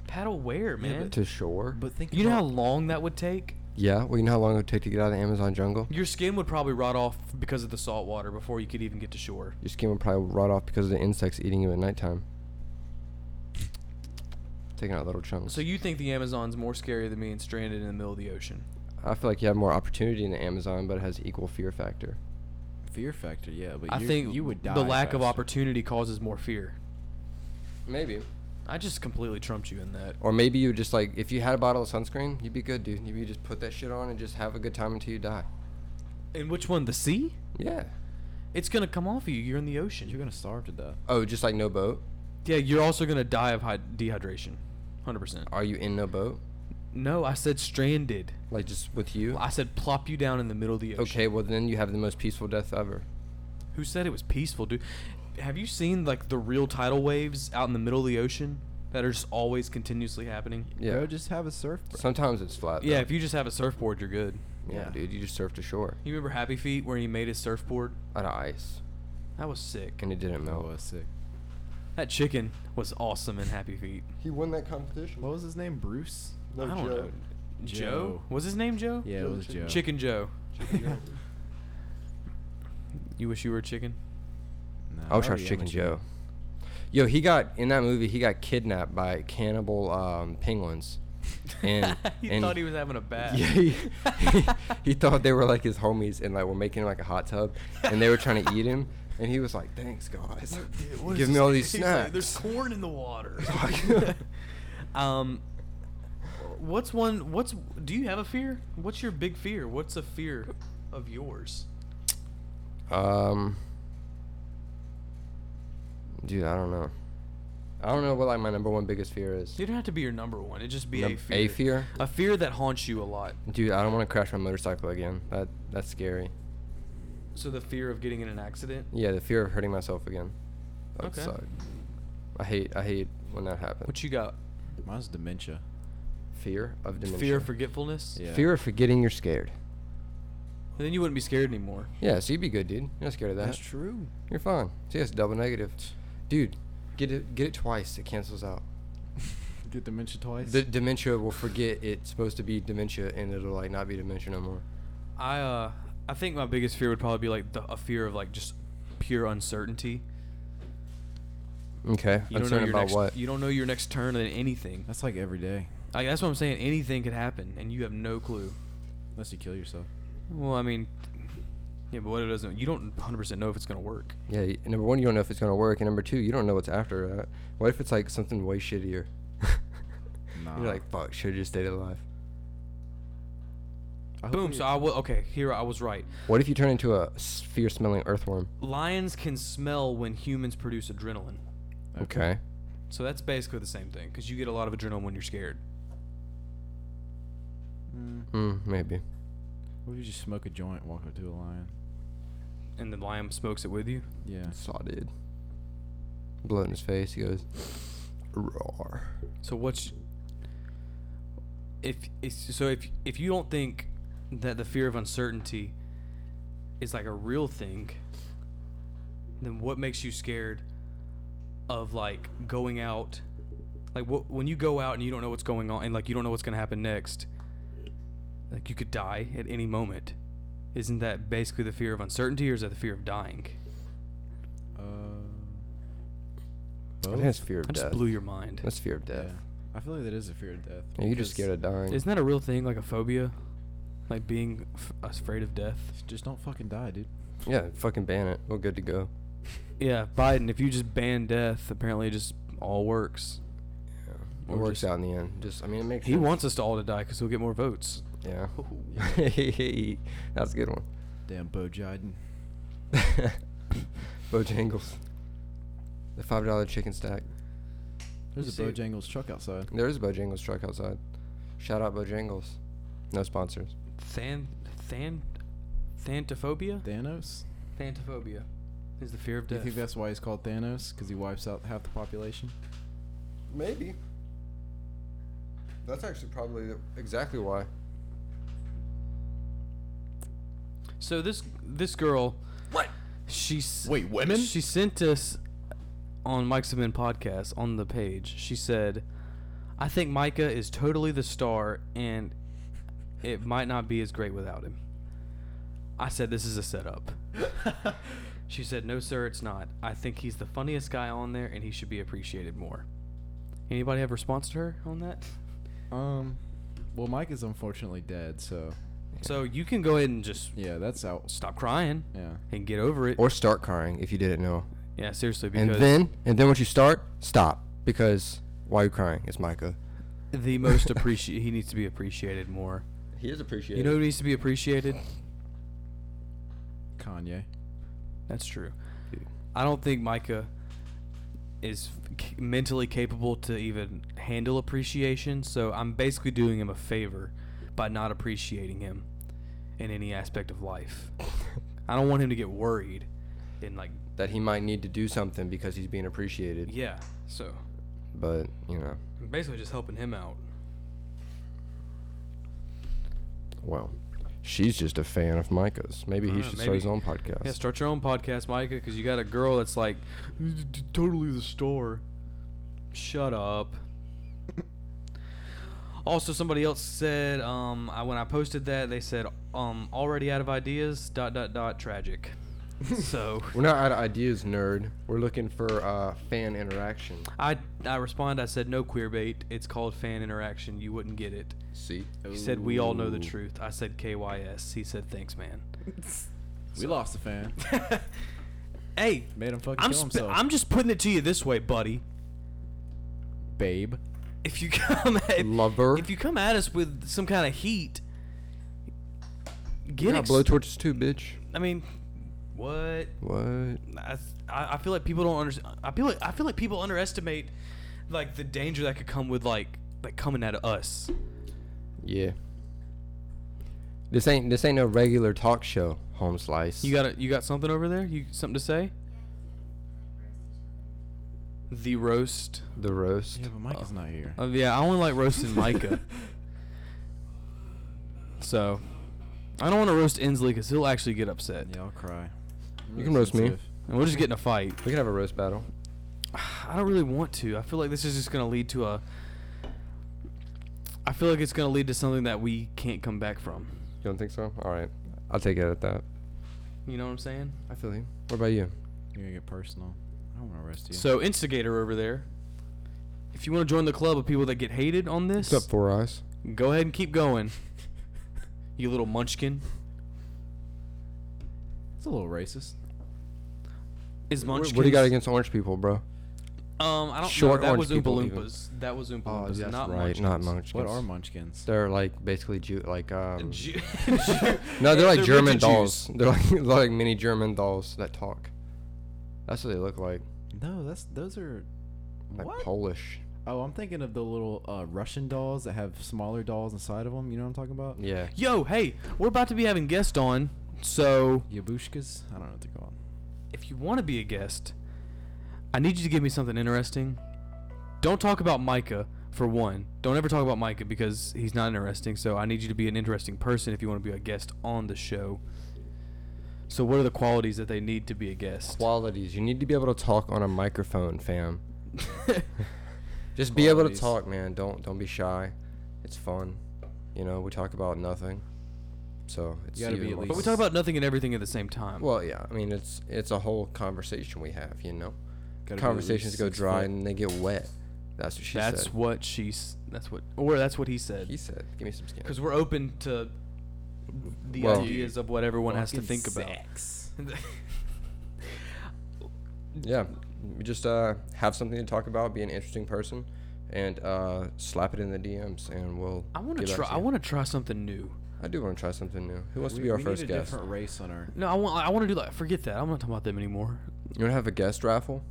Paddle where, man?
to shore.
But think
you know how
about
long that would take?
yeah. Well, you know how long it would take to get out of the Amazon jungle?
Your skin would probably rot off because of the salt water before you could even get to shore.
Your skin would probably rot off because of the insects eating you at nighttime. Taking out little chunks.
So you think the Amazon's more scary than being stranded in the middle of the ocean?
I feel like you have more opportunity in the Amazon, but it has equal fear factor.
fear factor, yeah, but
I
you,
think
you would die.
the lack of
faster.
opportunity causes more fear.
Maybe.
I just completely trumped you in that.
Or maybe you just like if you had a bottle of sunscreen, you'd be good, dude. You just put that shit on and just have a good time until you die.
And which one? The sea?
Yeah.
It's gonna come off of you. You're in the ocean.
You're gonna starve to death.
Oh, just like no boat.
Yeah, you're also gonna die of hy- dehydration, hundred percent.
Are you in no boat?
No, I said stranded.
Like just with you?
I said plop you down in the middle of the ocean.
Okay, well then you have the most peaceful death ever.
Who said it was peaceful, dude? Have you seen like the real tidal waves out in the middle of the ocean that are just always continuously happening?
Yeah.
Bro, just have a surf. bro.
Sometimes it's flat.
Yeah,
though.
if you just have a surfboard, you're good.
yeah,
yeah.
dude, you just surfed ashore
You remember Happy Feet where he made his surfboard?
out of ice,
That was sick.
and it didn't
That
melt.
was Oh, sick.
That chicken was awesome in Happy Feet.
He won that competition.
What was his name? Bruce?
I don't know. Joe.
Joe.
Was his name Joe?
Yeah, it was Joe.
Chicken Joe. You wish you were a chicken?
Nah,
I wish
Oh,
I was
already am a
Chicken Joe. Yo, he got in that movie. He got kidnapped by cannibal um, penguins, and
he
and
thought he was having a bath.
Yeah, he, he, he thought they were like his homies and like were making like a hot tub and they were trying to eat him and he was like, "Thanks guys, give me all these
There's
snacks."
corn in the water. um, what's one? What's do you have a fear? What's your big fear? What's a fear of yours?
um, dude, I don't know. I don't know what like my number one biggest fear is.
You don't have to be your number one. It just be a
Num-
fear.
A fear,
A fear that haunts you a lot.
dude. I don't want to crash my motorcycle again. That that's scary.
So the fear of getting in an accident.
Yeah, the fear of hurting myself again. That
Okay.
okay. suck. I hate I hate when that happens.
What you got?
Mine's dementia.
fear of dementia.
Fear of forgetfulness.
Yeah.
Fear of forgetting you're scared.
And then you wouldn't be scared anymore.
Yeah, so you'd be good, dude. You're not scared of that.
That's true.
You're fine. See, that's double negative. Dude, get it get it twice. It cancels out.
Get dementia twice.
The dementia will forget it's supposed to be dementia and it'll like not be dementia no more.
I uh, I think my biggest fear would probably be like the, a fear of like just pure uncertainty.
Okay.
You don't know
Concerned
your
about
next,
what?
You don't know your next turn in anything.
That's like every day,
Like, that's what I'm saying. Anything could happen, and you have no clue.
unless you kill yourself.
Well, I mean, yeah, but what it doesn't, you don't 100% know if it's gonna work.
Yeah. y- Number one, you don't know if it's gonna work, and number two, you don't know what's after that. What if it's like something way shittier?
Nah.
You're like, fuck, should have just stayed alive.
I hope
Boom.
it-
So I will. Okay, here I was right.
What if you turn into a fear-smelling earthworm?
Lions can smell when humans produce adrenaline.
Okay.
So that's basically the same thing, because you get a lot of adrenaline when you're scared.
Mm,
Hmm. Maybe.
what if you just smoke a joint, walk up to a lion?
And the lion smokes it with you.
Yeah.
Saw dude. Blood in his face. He goes, roar.
So what's if it's, so if if you don't think that the fear of uncertainty is like a real thing, then what makes you scared of like going out? Like what when you go out and you don't know what's going on and like you don't know what's gonna happen next, like you could die at any moment. Isn't that basically the fear of uncertainty, or is that the fear of dying?
Uh,
I
both?
think that's fear of
I just
death.
blew your mind.
That's fear of death.
Yeah. I feel like that is a fear of death.
Yeah, you're just
because-
scared of dying.
Isn't that a real thing, like a phobia, like being f- afraid of death?
Just don't fucking die, dude.
yeah, fucking ban it. We're good to go.
Yeah, Biden. If you just ban death, apparently it just all works.
It
Or
works
just-
out in the end. Just, I mean, it makes
He
sense.
wants Oh, us to all to die because he'll get more votes.
Yeah. That's a good one.
Damn, Bo Jiden.
Bojangles. The five dollar chicken stack.
There's a
You see-
Bojangles truck outside.
There is a Bojangles truck outside. Shout out Bojangles. No sponsors.
Than, than, thantophobia.
Thanos.
Thantophobia is the fear of
Do you
death.
think that's why he's called Thanos? Because he wipes out half the population.
Maybe. That's actually probably the, exactly why.
so this this girl, what? She's
Wait, women?
She sent us on Mike's Men podcast on the page. She said, "I think Micah is totally the star, and it might not be as great without him." I said, "This is a setup." she said, "No, sir, it's not. I think he's the funniest guy on there, and he should be appreciated more." Anybody have a response to her on that?
Um, well, Mike is unfortunately dead, so
So you can go ahead and just
yeah, that's out.
stop crying
Yeah.
and get over it.
Or start crying if you didn't know.
yeah, seriously, because
And then and then once you start, stop. Because why are you crying? It's Micah.
the most appreciate he needs to be appreciated more.
He is
You
appreciated.
know who needs to be appreciated?
Kanye.
That's true. I don't think Micah is c- mentally capable to even handle appreciation, so I'm basically doing him a favor by not appreciating him in any aspect of life. I don't want him to get worried and like
that he might need to do something because he's being appreciated.
yeah. So
But you know,
I'm basically just helping him out.
well, she's just a fan of Micah's. Maybe he
Uh,
should start his
maybe.
own podcast.
Yeah, start your own podcast, Micah, because you got a girl that's like totally the store. Shut up. also, somebody else said um, I, when I posted that they said um, already out of ideas. Dot dot dot. Tragic. so
We're not out of ideas, nerd. We're looking for uh, fan interaction.
I I respond. I said no queer bait. It's called fan interaction. You wouldn't get it.
See,
He said we all know the
Ooh.
truth. I said KYS. He said thanks, man.
We lost a fan.
Hey,
Made him fucking
I'm
kill
sp-
himself.
I'm just putting it to you this way, buddy.
babe.
If you come at,
lover.
if you come at us with some kind of heat,
you
get
got
ex-
blowtorches too, bitch.
I mean, what?
What?
I, I I feel like people don't understand. I feel like I feel like people underestimate like the danger that could come with like like coming at us.
Yeah. This ain't this ain't no regular talk show, home slice.
You got you got something over there? You something to say? The roast.
the roast.
Yeah, but Mike is not here.
Oh yeah, I only like roasting Micah. so, I don't want to roast Inslee because he'll actually get upset,
yeah, I'll cry.
You can roast me.
Sensitive.
and we'll just get in a fight.
We can have a roast battle.
I don't really want to. I feel like this is just going to lead to a. I feel like it's going to lead to something that we can't come back from.
You don't think so? All right, I'll take it at that.
You know what I'm saying?
I feel you. What about you?
You're gonna get personal. I don't want to arrest you.
So instigator over there. If you want to join the club of people that get hated on this,
What's up, Four Eyes?
go ahead and keep going. you little munchkin.
it's a little racist.
Is
What,
munchkin?
what do you got against orange people, bro?
Um, I don't
Short
know. That
orange
was
people
Oompa
even. Oh,
Loompas. That was Oompa
Oh,
Loompas.
that's
not
right,
munchkins.
not munchkins.
What are munchkins?
They're like basically Jew, like um.
Ju-
no, they're like
They're
German
rigid
dolls. They're like they're like mini German dolls that talk. That's what they look like.
No, that's those are.
Like
What?
Polish.
Oh, I'm thinking of the little uh, Russian dolls that have smaller dolls inside of them. You know what I'm talking about?
Yeah.
Yo, hey, we're about to be having guests on, so
Yabushkas? I don't know what they're called.
if you want to be a guest, I need you to give me something interesting. Don't talk about Micah for one. Don't ever talk about Micah because he's not interesting. So I need you to be an interesting person if you want to be a guest on the show. So what are the qualities that they need to be a guest?
Qualities. You need to be able to talk on a microphone, fam. Just be able to
Qualities.
talk, man. Don't don't be shy. It's fun. You know, we talk about nothing. So it's
gotta be
even
at
more
least-
but we talk about nothing and everything at the same time.
Well, yeah. I mean, it's it's a whole conversation we have, you know.
Gotta be at
Conversations
least
go
six
dry
foot.
and they get wet. That's what she
that's
said.
what she's. That's what. Or that's what he
he
said.
said. Give me some skin.
Because we're open to the
Well-
ideas of what everyone has to
Fucking
think about.
sex.
Yeah, we just uh, have something to talk about, be an interesting person, and uh, slap it in the DMs, and we'll.
I want to
get back
try. I
you.
want to try something new.
I do want to try something new. Who wants
We-
to be our
we
first
need a
guest?
different race on our.
No, I want. I want to do like. Forget that. I'm not talking about them anymore.
You want to have a guest raffle?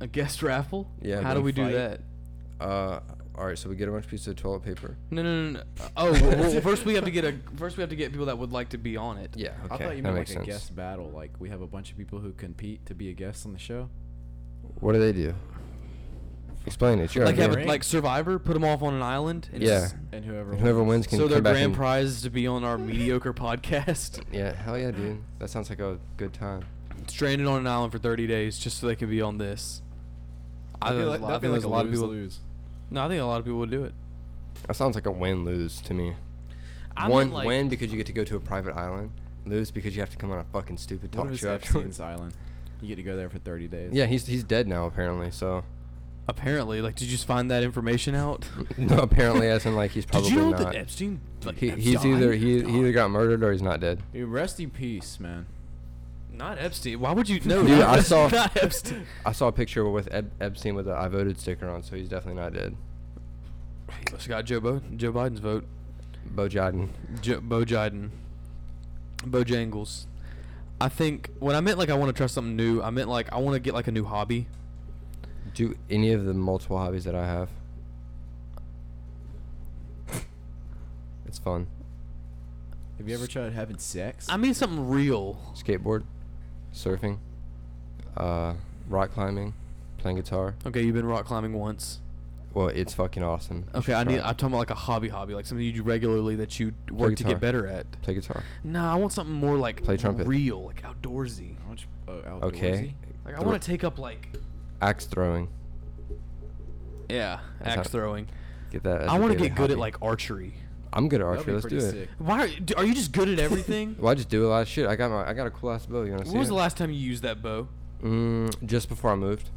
A guest raffle.
Yeah,
How do
we
we do
fight.
that?
Uh, all right, so we get a bunch of pieces of toilet paper.
No, no, no. no. Oh, well, well, first we have to get a. First we have to get people that would like to be on it.
Yeah, okay,
I thought you
that
meant like
makes
a
sense.
guest battle. Like we have a bunch of people who compete to be a guest on the show.
What do they do? Explain it. You're
Like
our
have a,
guest.
like Survivor, put them off on an island. And
Yeah.
just-
And whoever.
And whoever wins can
So their
come back
grand
and-
prize is to be on our mediocre podcast,
Yeah, hell yeah, dude. That sounds like a good time.
stranded on an island for 30 days, just so they can be on this.
I
I think,
feel
there's
like,
a lot- I
that'd be
think
like
there's
a
a lot of people.
lose.
No, I think a lot of people would do it.
That sounds like a win lose to me.
I mean,
One
like-
win because you get to go to a private island. Lose because you have to come on a fucking stupid
What
talk
is
show
Epstein's
afterwards.
Island? You get to go there for 30 days.
Yeah, he's he's dead now apparently. So
Apparently, like, did you just find that information out?
no, apparently as in like he's
Did
probably
you know
not.
that Epstein? Like,
he,
Epstein
he's either
died?
he, he either got murdered or he's not dead.
Dude, rest in peace, man.
Not Epstein. Why would you know?
Dude, I saw-
not Epstein.
I saw a picture with Eb- Epstein with the "I voted" sticker on, so he's definitely not dead.
He must have got Joe Bo- Joe Biden's vote.
Bo Jiden.
Jo- Bo Jiden. Bojangles. I think when I meant like I want to try something new, I meant like I want to get like a new hobby.
Do any of the multiple hobbies that I have? It's fun.
Have you ever tried having sex?
I mean something real.
Skateboard, surfing, uh, rock climbing, playing guitar.
Okay, you've been rock climbing once.
Well, it's fucking awesome. You
Okay,
should
I
try
need.
it.
I'm talking about like a hobby, hobby, like something you do regularly that you work to
guitar.
get better at.
play guitar.
No, I want something more like
Play trumpet.
real, like outdoorsy.
How much- oh,
Okay.
outdoorsy?
Like I
Thro-
want to take up like
axe throwing.
yeah,
That's
axe
how-
throwing.
Get that. as
I
a
want to
daily
get good at
hobby.
like archery.
I'm good at
That'd be
archery. Let's do
pretty
it.
sick.
Why are, do- are you just good at everything?
Well, I just do a lot of shit. I got my. I got a cool ass bow. You want to see
When was
it?
the last time you used that bow?
Mm, just before I moved.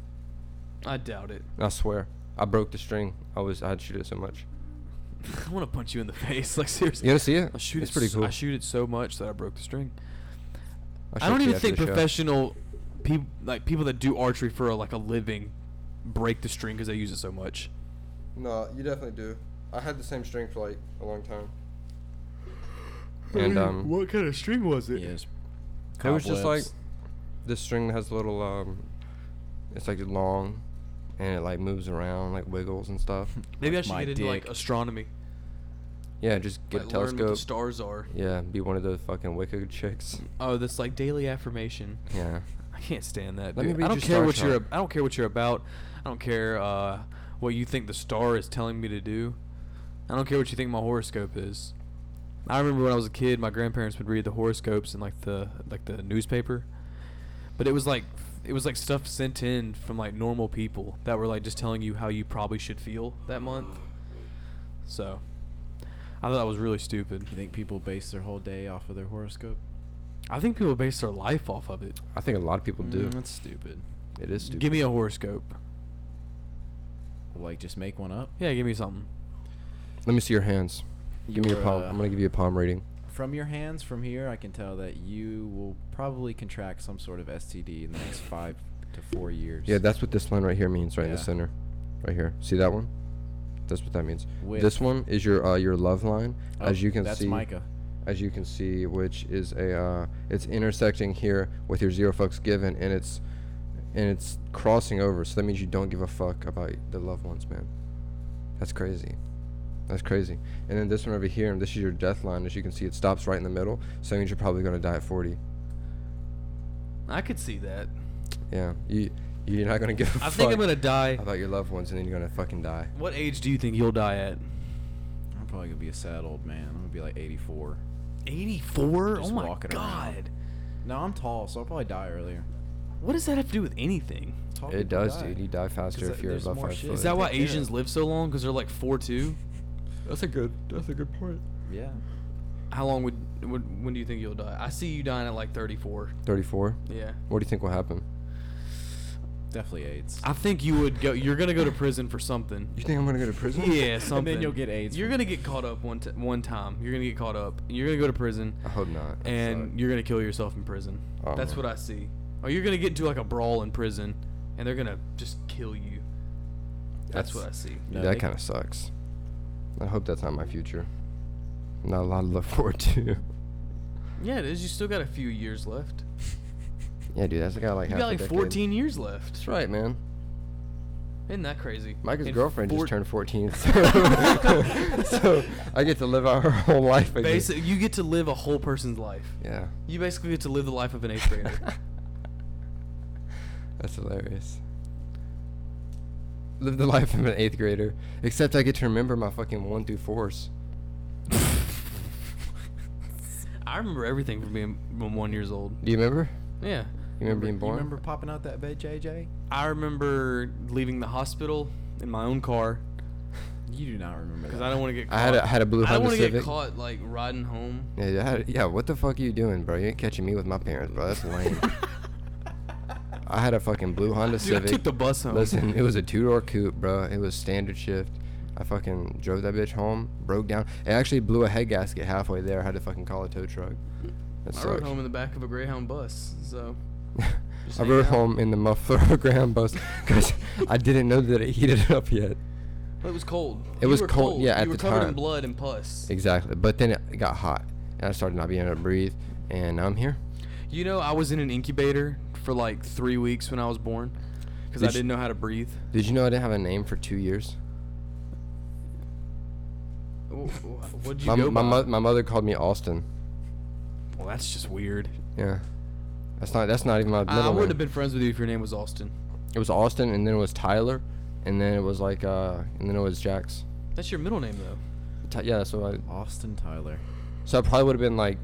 I doubt it.
I swear, I broke the string. I was. I'd shoot it so much.
I want to punch you in the face. Like seriously.
You want to see it?
I shoot
It's
it
pretty
so-
cool.
I shoot it so much that I broke the string.
I'll show
I
it
don't
to you
even
after
think
the show.
professional people like people that do archery for like a living break the string because they use it so much.
No, you definitely do. I had the same string for like a long time. And um,
what kind of string was it?
Yes.
it was just like
Cobwebs.
this string that has a little um, it's like long, and it like moves around, like wiggles and stuff.
Maybe
Like
I should
my
get into like
dick.
astronomy.
Yeah, just get
like
a
learn what the
telescope.
stars are.
Yeah, be one of those fucking wicked chicks.
Oh, that's like daily affirmation.
Yeah.
I can't stand that.
Let me
dude.
read
I don't
your
care
star
what you're.
chart.
I don't care what you're about. I don't care uh, what you think the star is telling me to do. I don't care what you think my horoscope is. I remember when I was a kid, my grandparents would read the horoscopes in like the like the newspaper, but it was like it was like stuff sent in from like normal people that were like just telling you how you probably should feel that month. So, I thought that was really stupid.
You think people base their whole day off of their horoscope?
I think people base their life off of it.
I think a lot of people do.
Mm, that's stupid.
It is stupid.
Give me a horoscope.
Like, just make one up
Yeah, give me something.
Let me see your hands. Give me your
Your,
palm.
uh,
I'm gonna give you a palm reading.
from your hands. From here, I can tell that you will probably contract some sort of STD in the next five to four years.
Yeah, that's what this line right here means, right in the
Yeah.
center, right here. See that one? That's what that means.
With-
This one is your uh, your love line,
Oh,
as you can
that's
see.
Micah.
As you can see, which is a uh, it's intersecting here with your zero fucks given, and it's and it's crossing over. So that means you don't give a fuck about the loved ones, man. That's crazy. That's crazy. And then this one over here, and this is your death line. As you can see, it stops right in the middle. So that means you're probably gonna die at 40.
I could see that.
Yeah. You you're not gonna give a
I
fuck
think I'm gonna die.
about your loved ones, and then you're gonna fucking die.
What age do you think you'll die at?
I'm probably gonna be a sad old man. I'm gonna be like 84.
84?
Just
oh my
walking around.
god.
No, I'm tall, so I'll probably die earlier.
What does that have to do with anything?
Tall
It
people
does,
die.
dude. You die
'Cause
faster if
th-
you're
there's
above
more
five
shit.
foot.
Is that why
take care of
Asians
it.
live so long? Because they're like 4'2? That's a good. That's a good point.
Yeah.
How long would, would when do you think you'll die? I see you dying at like 34.
34?
Yeah.
What do you think will happen?
Definitely AIDS.
I think you would go. You're gonna go to prison for something.
You think I'm gonna go to prison?
Yeah, something.
you'll get AIDS
You're
from-
gonna get caught up one t- one time. You're gonna get caught up. You're gonna go to prison,
I hope not. That'd
and
suck.
you're gonna kill yourself in prison.
Oh.
That's what I see. Or you're gonna get into like a brawl in prison, and they're gonna just kill you. That's,
That's-
what I see.
No,
that
they-
kind of sucks. I hope that's not my future. Not a lot to look forward to.
Yeah, it is. You still got a few years left.
yeah, dude, that's got like
You
half
got
a
like
decade.
14 years left.
That's right, man.
Isn't that crazy?
Micah's
And
girlfriend
four-
just turned 14, so, so I get to live out her whole life again.
Basi- you get to live a whole person's life.
Yeah.
You basically get to live the life of an eighth grader.
That's hilarious. Live the life of an eighth grader, except I get to remember my fucking one through fours.
I remember everything from being from one years old.
Do you remember?
Yeah.
You remember being born?
You remember popping out that bed, JJ?
I remember leaving the hospital in my own car
You do not remember
because
that.
I don't want to get. Caught.
I had a, I had a blue
I don't
Honda
wanna
Civic.
get caught like riding home.
Yeah, yeah, how- yeah, what the fuck are you doing, bro? You ain't catching me with my parents, bro. That's lame. I had a fucking blue Honda
Dude,
Civic.
I took the bus home.
Listen, it was a two-door coupe, bro. It was standard shift. I fucking drove that bitch home, broke down. It actually blew a head gasket halfway there. I had to fucking call a tow truck. That
I rode
sucks.
home in the back of a Greyhound bus. So just
I
hanging
rode
out.
home in the muffler of a ground bus because I didn't know that it heated up yet.
Well, it was cold.
It was
were
cold, yeah,
You
at
were
the
covered in
time.
blood and pus.
Exactly. But then it got hot, and I started not being able to breathe, and now I'm here.
You know, I was in an incubator for like three weeks when I was born because
Did
I
you-
didn't know how to breathe.
Did you know I didn't have a name for two years?
Wh- wh- What'd you
My,
go
my,
by?
mo- my mother called me Austin.
well, that's just weird.
Yeah. That's not that's not even my middle
I
name.
would have been friends with you if your name was Austin.
It was Austin and then it was Tyler and then it was like uh and then it was Jax.
That's your middle name though.
Ty- yeah, that's what I
Austin Tyler.
So I probably would have been like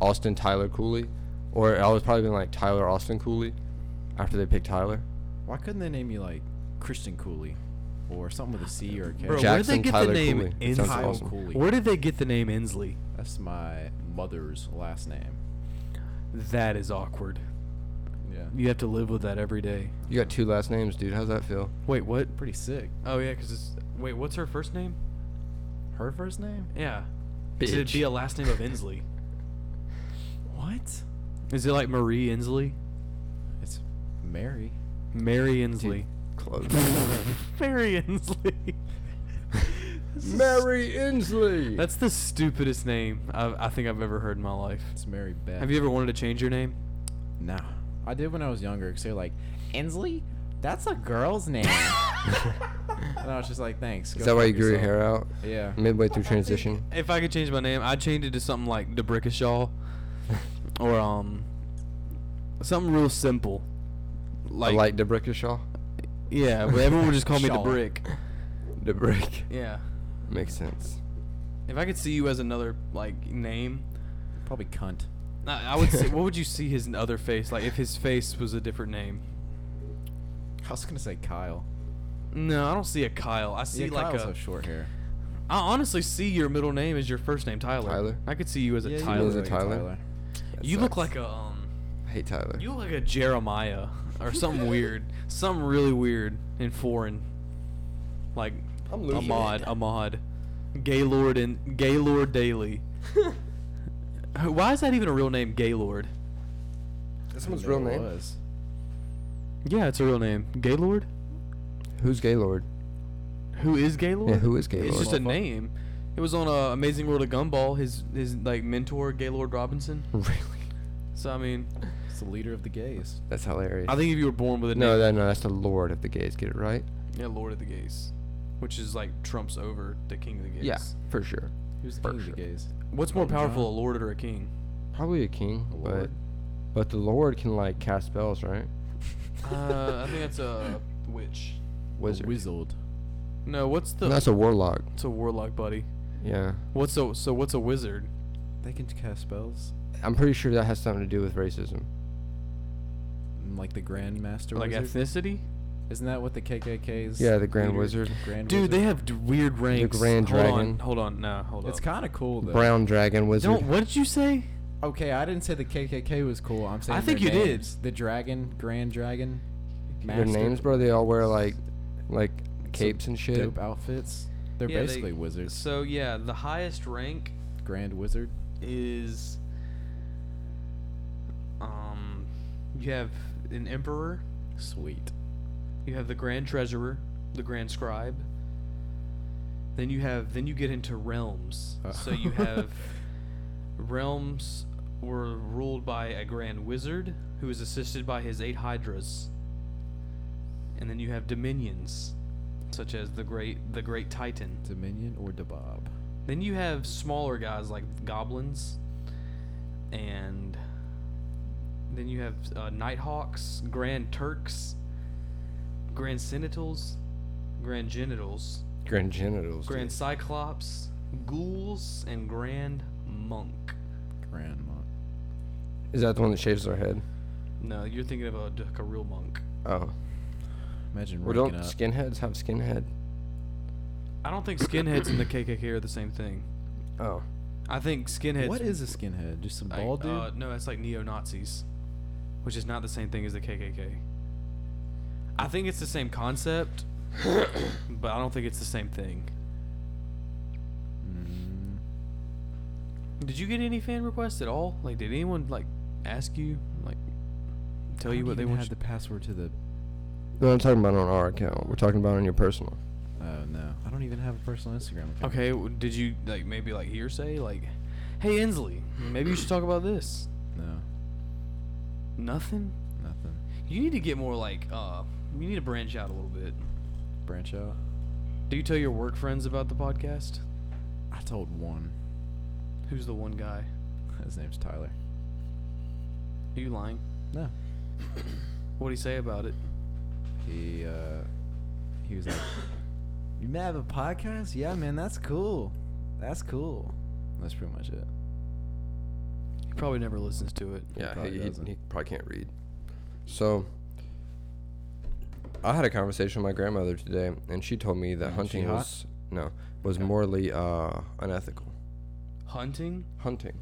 Austin Tyler Cooley or I was probably been like Tyler Austin Cooley after they picked Tyler.
Why couldn't they name you like Christian Cooley or something with a C or a K?
Jack-
Bro, where did they
Jackson
get
Tyler
the name
Cooley. It sounds
Inslee?
Kyle
awesome.
Cooley.
Where did they get the name Inslee?
That's my mother's last name.
That is awkward.
Yeah.
You have to live with that every day.
You got two last names, dude. How's that feel?
Wait, what?
Pretty sick.
Oh yeah, because it's wait, what's her first name?
Her first name?
Yeah. Is it
Bitch.
be a last name of Inslee?
What?
Is it like Marie Inslee?
It's Mary.
Mary Inslee.
Close.
Mary Inslee.
Mary Inslee.
That's the stupidest name i I think I've ever heard in my life.
It's Mary Beth.
Have you ever wanted to change your name?
No. I did when I was younger because they're like, Ensley? That's a girl's name. and I was just like, thanks.
Is
go
that why you
fuck
grew your
yourself."
hair out
Yeah.
midway through transition?
If I could change my name, I'd change it to something like DeBrickashaw or um something real simple.
I
Like,
like DeBrickashaw.
yeah, but everyone would just call me the
Shaw.
brick.
DeBrick.
Yeah.
Makes sense.
If I could see you as another like name,
Probably cunt.
I, I would say what would you see his other face like if his face was a different name?
I was going to say Kyle.
No, I don't see a Kyle. I see
yeah,
like uh,
Kyle's
a. I
have short hair.
honestly see your middle name as your first name Tyler.
Tyler?
I could see you as a
Yeah, you
Tyler.
Is
look
it
a
Tyler?
Tyler.
That
You look
sucks.
like a um
hate Tyler.
You look like a Jeremiah or something weird, something really weird and foreign, like
I'm losing it.
Ahmad, Ahmad, Gaylord and Gaylord Daily. Why is that even a real name, Gaylord?
That's someone's real name.
Was.
Yeah, it's a real name, Gaylord.
Who's Gaylord?
Who is Gaylord?
Yeah, who is Gaylord?
It's just a name. It was on uh, Amazing World of Gumball. His his like mentor, Gaylord Robinson.
Really?
So I mean,
It's the leader of the gays.
That's hilarious.
I think if you were born with a
no,
name,
that, no, that's the Lord of the Gays. Get it right?
yeah, Lord of the Gays, which is like trumps over the King of the Gays.
Yeah, for sure.
He was the
For
king
sure.
of the gays.
What's more
Elton
powerful, a
John.
lord or a king?
Probably a king,
A
but
lord.
but the Lord can like cast spells, right?
Uh, I think that's a witch.
Wizard.
A wizard.
No, what's the?
No, that's a warlock.
it's a warlock, buddy.
Yeah,
What's a so? What's a wizard?
They can cast spells.
I'm pretty sure that has something to do with racism.
And, Like the Grand Master
like
Wizard.
ethnicity?
Isn't that what the KKK's?
Yeah, the Grand
leader-
Wizard.
Grand
Dude, they
Wizard?
have d- weird ranks.
Grand
hold
Dragon.
On, hold on, no, hold on.
It's kind of cool though.
Brown dragon wizard.
Don't. What did you say?
Okay, I didn't say the KKK was cool. I'm saying
I think
their
you did.
names. The dragon, Grand Dragon,
Their
Master,
names, bro. They all wear like like capes and shit.
dope outfits. They're
Yeah, they-
basically wizards.
So yeah, the highest rank
Grand Wizard.
is um you have an emperor,
Sweet.
you have the grand treasurer, the grand scribe. Then you have then you get into realms.
Oh.
So you have realms were ruled by a grand wizard who is assisted by his eight hydras. And then you have dominions such as the great the great titan.
Dominion or Dabob.
Then you have smaller guys like goblins, and then you have uh, Nighthawks, Grand Turks, Grand Sentinels, Grand Genitals,
Grand genitals.
Grand Cyclops, Ghouls, and Grand Monk.
Grand Monk.
dude. Is that the one that shaves their head?
No, you're thinking of a, like a real monk.
Oh.
Imagine
Well,
waking
don't
up.
skinheads have skinhead?
I don't think skinheads and the KKK are the same thing.
Oh.
I think skinheads.
what is a skinhead? Just some
like,
bald dude?
uh, no, that's like neo Nazis, which is not the same thing as the KKK. I think it's the same concept, but I don't think it's the same thing.
Mm,
Did you get any fan requests at all? Like, did anyone like ask you, like, tell
I
you
don't
what they
even
want?
have the password to the.
No, I'm talking about on our account. We're talking about on your personal.
Oh no, I don't even have a personal Instagram account.
okay, w- did you like maybe like hearsay, like, hey Ensley, maybe you should talk about this.
No,
Nothing.
nothing.
You need to get more like, uh, you need to branch out a little bit.
Branch out.
Do you tell your work friends about the podcast?
I told one.
Who's the one guy?
His name's Tyler.
Are you lying?
No,
What'd he say about it?
he uh, he was like, "You may have a podcast? Yeah, man, that's cool. That's cool." That's pretty much it.
He probably never listens to it.
Yeah,
probably
he, he,
doesn't.
he probably can't read. So, I had a conversation with my grandmother today, and she told me that
Mm, she
hunting
hot?
was no was morally uh, unethical.
Hunting?
Hunting,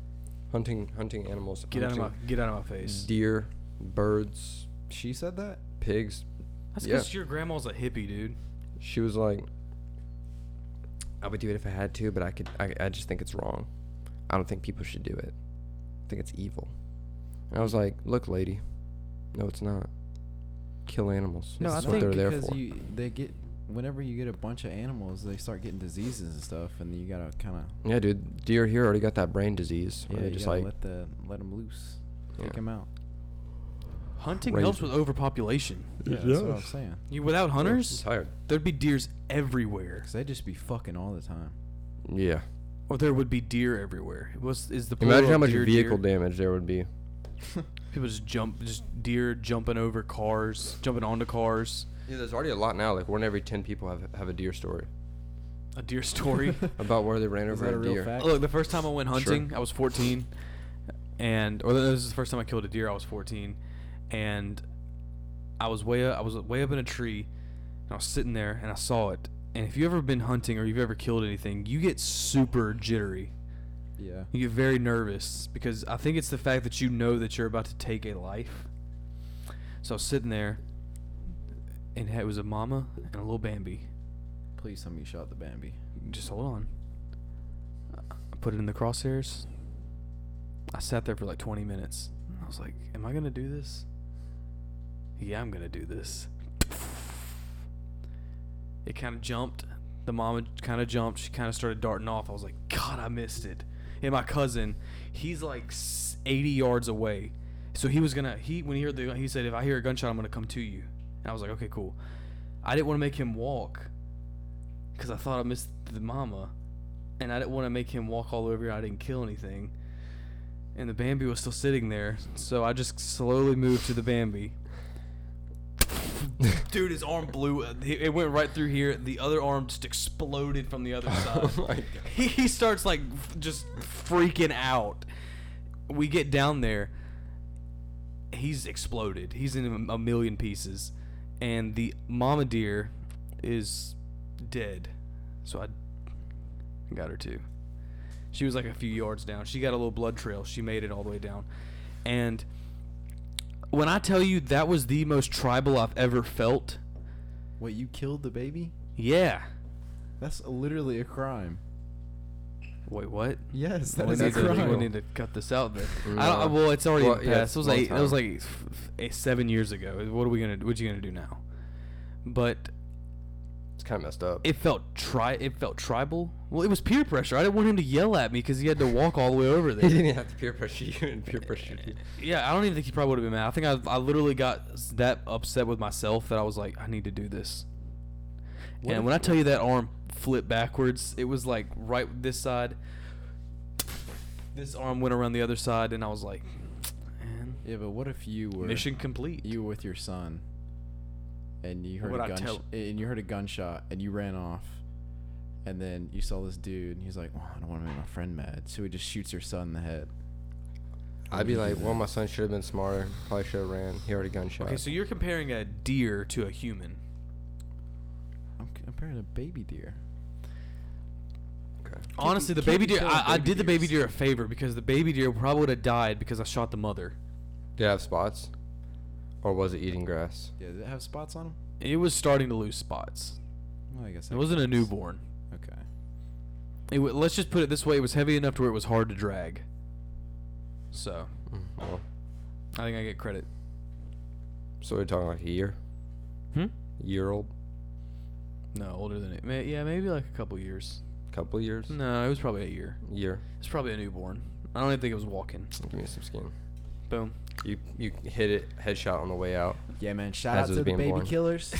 hunting, hunting animals.
Get out of
hunting
my get out of my face.
deer, birds,
She said that.
pigs.
That's
Yeah.
because your grandma's a hippie, dude.
She was like, "I would do it if I had to, but I could. I, I just think it's wrong. I don't think people should do it. I think it's evil." And I was like, "Look, lady, no, it's not. Kill animals.
No, I
That's what they're there
because
for."
you they get whenever you get a bunch of animals, they start getting diseases and stuff, and you gotta kind of
Yeah, dude, deer here already got that brain disease. Where
yeah,
they
you
just
gotta
like
let the let them loose,
yeah.
Take 'em out.
Hunting
Raise-
helps with overpopulation.
Yeah, that's what I'm saying.
You without
I'm
hunters,
tired.
there'd be deers everywhere,
Cause they just be fucking all the time.
Yeah.
or there would be deer everywhere. It was is the
Imagine
plural
how much
deer,
vehicle
deer.
damage there would be.
people just jump, just deer jumping over cars, jumping onto cars.
Yeah, there's already a lot now. Like one every ten people have have a deer story
A deer story.
about where they ran
Is
over
that a
a,
real
deer.
fact?
Oh, Look, the first time I went
Sure.
hunting, I was 14, and or this is the first time I killed a deer. I was 14, and I was way up, I was way up in a tree, and I was sitting there and I saw it. And if you've ever been hunting or you've ever killed anything, you get super jittery.
Yeah.
You get very nervous because I think it's the fact that you know that you're about to take a life. So I was sitting there, and it was a mama and a little Bambi.
Please somebody shot the Bambi.
Just hold on. I put it in the crosshairs. I sat there for like 20 minutes. I was like, Am I going to do this? Yeah, I'm going to do this. It kind of jumped. The mama kind of jumped. She kind of started darting off. I was like, God, I missed it. And my cousin, he's like s- 80 yards away. So he was going to, he, when he heard the, he said, If I hear a gunshot, I'm going to come to you. And I was like, Okay, cool. I didn't want to make him walk because I thought I missed the mama, and I didn't want to make him walk all over. I didn't kill anything, and the Bambi was still sitting there. So I just slowly moved to the Bambi. Dude, his arm blew. uh, It it went right through here. The other arm just exploded from the other side.
Oh my God.
He, he starts like f- just freaking out. We get down there. He's exploded. He's in a a million pieces, and the mama deer is dead. So I got her too. She was like a few yards down. She got a little blood trail. She made it all the way down. And when I tell you that was the most tribal I've ever felt,
Wait, you killed the baby?
yeah.
That's literally a crime.
Wait, what?
Yes, that
we,
is
need
a
to,
crime.
we need to cut this out then. I don't, well, it's already
Well,
passed.
yeah,
it was
long
like it was
time.
like f- f- eight- seven years ago. What are we gonna? What you gonna do now? But
It's kind of messed up.
it felt tri it felt tribal. Well, it was peer pressure. I didn't want him to yell at me because he had to walk all the way over
he
there.
didn't have to peer pressure you and peer pressure you.
yeah, I don't even think he probably would have been mad. I think I, I literally got s- that upset with myself that I was like, I need to do this. and when I tell you that arm flipped backwards, it was like right this side. This arm went around the other side, and I was like, man,
yeah, but what if you were
mission complete.
you were with your son and you heard
What'd
a
I
gun
tell-
and you heard a gunshot and you ran off and then you saw this dude and he's like, "Well, I don't want to make my friend mad." So he just shoots your son in the head.
I'd be like, well, my son should have been smarter. Probably should have ran. He already gunshot.
okay, so you're comparing a deer to a human.
I'm comparing a baby deer.
Okay.
Honestly, the
can't
baby
you kill
deer, I, I
baby
did the baby
deers?
deer a favor because the baby deer probably would have died because I shot the mother.
Did it have spots? Or was it eating grass?
Yeah, does it have spots on him?
It was starting to lose spots.
Well, I guess
It
that
wasn't a
counts.
newborn.
Okay.
It w- let's just put it this way: it was heavy enough to where it was hard to drag. So,
Mm, well,
I think I get credit.
so we're talking like a year?
Hmm?
Year old?
No, older than it. May, yeah, maybe like a couple years.
Couple years?
No, it was probably a year.
Year.
It's probably a newborn. I don't even think it was walking.
Give me some skin.
Boom.
You you hit it headshot on the way out.
Yeah, man. Shout
As
out
it
to
was
the
being
baby
born.
killers.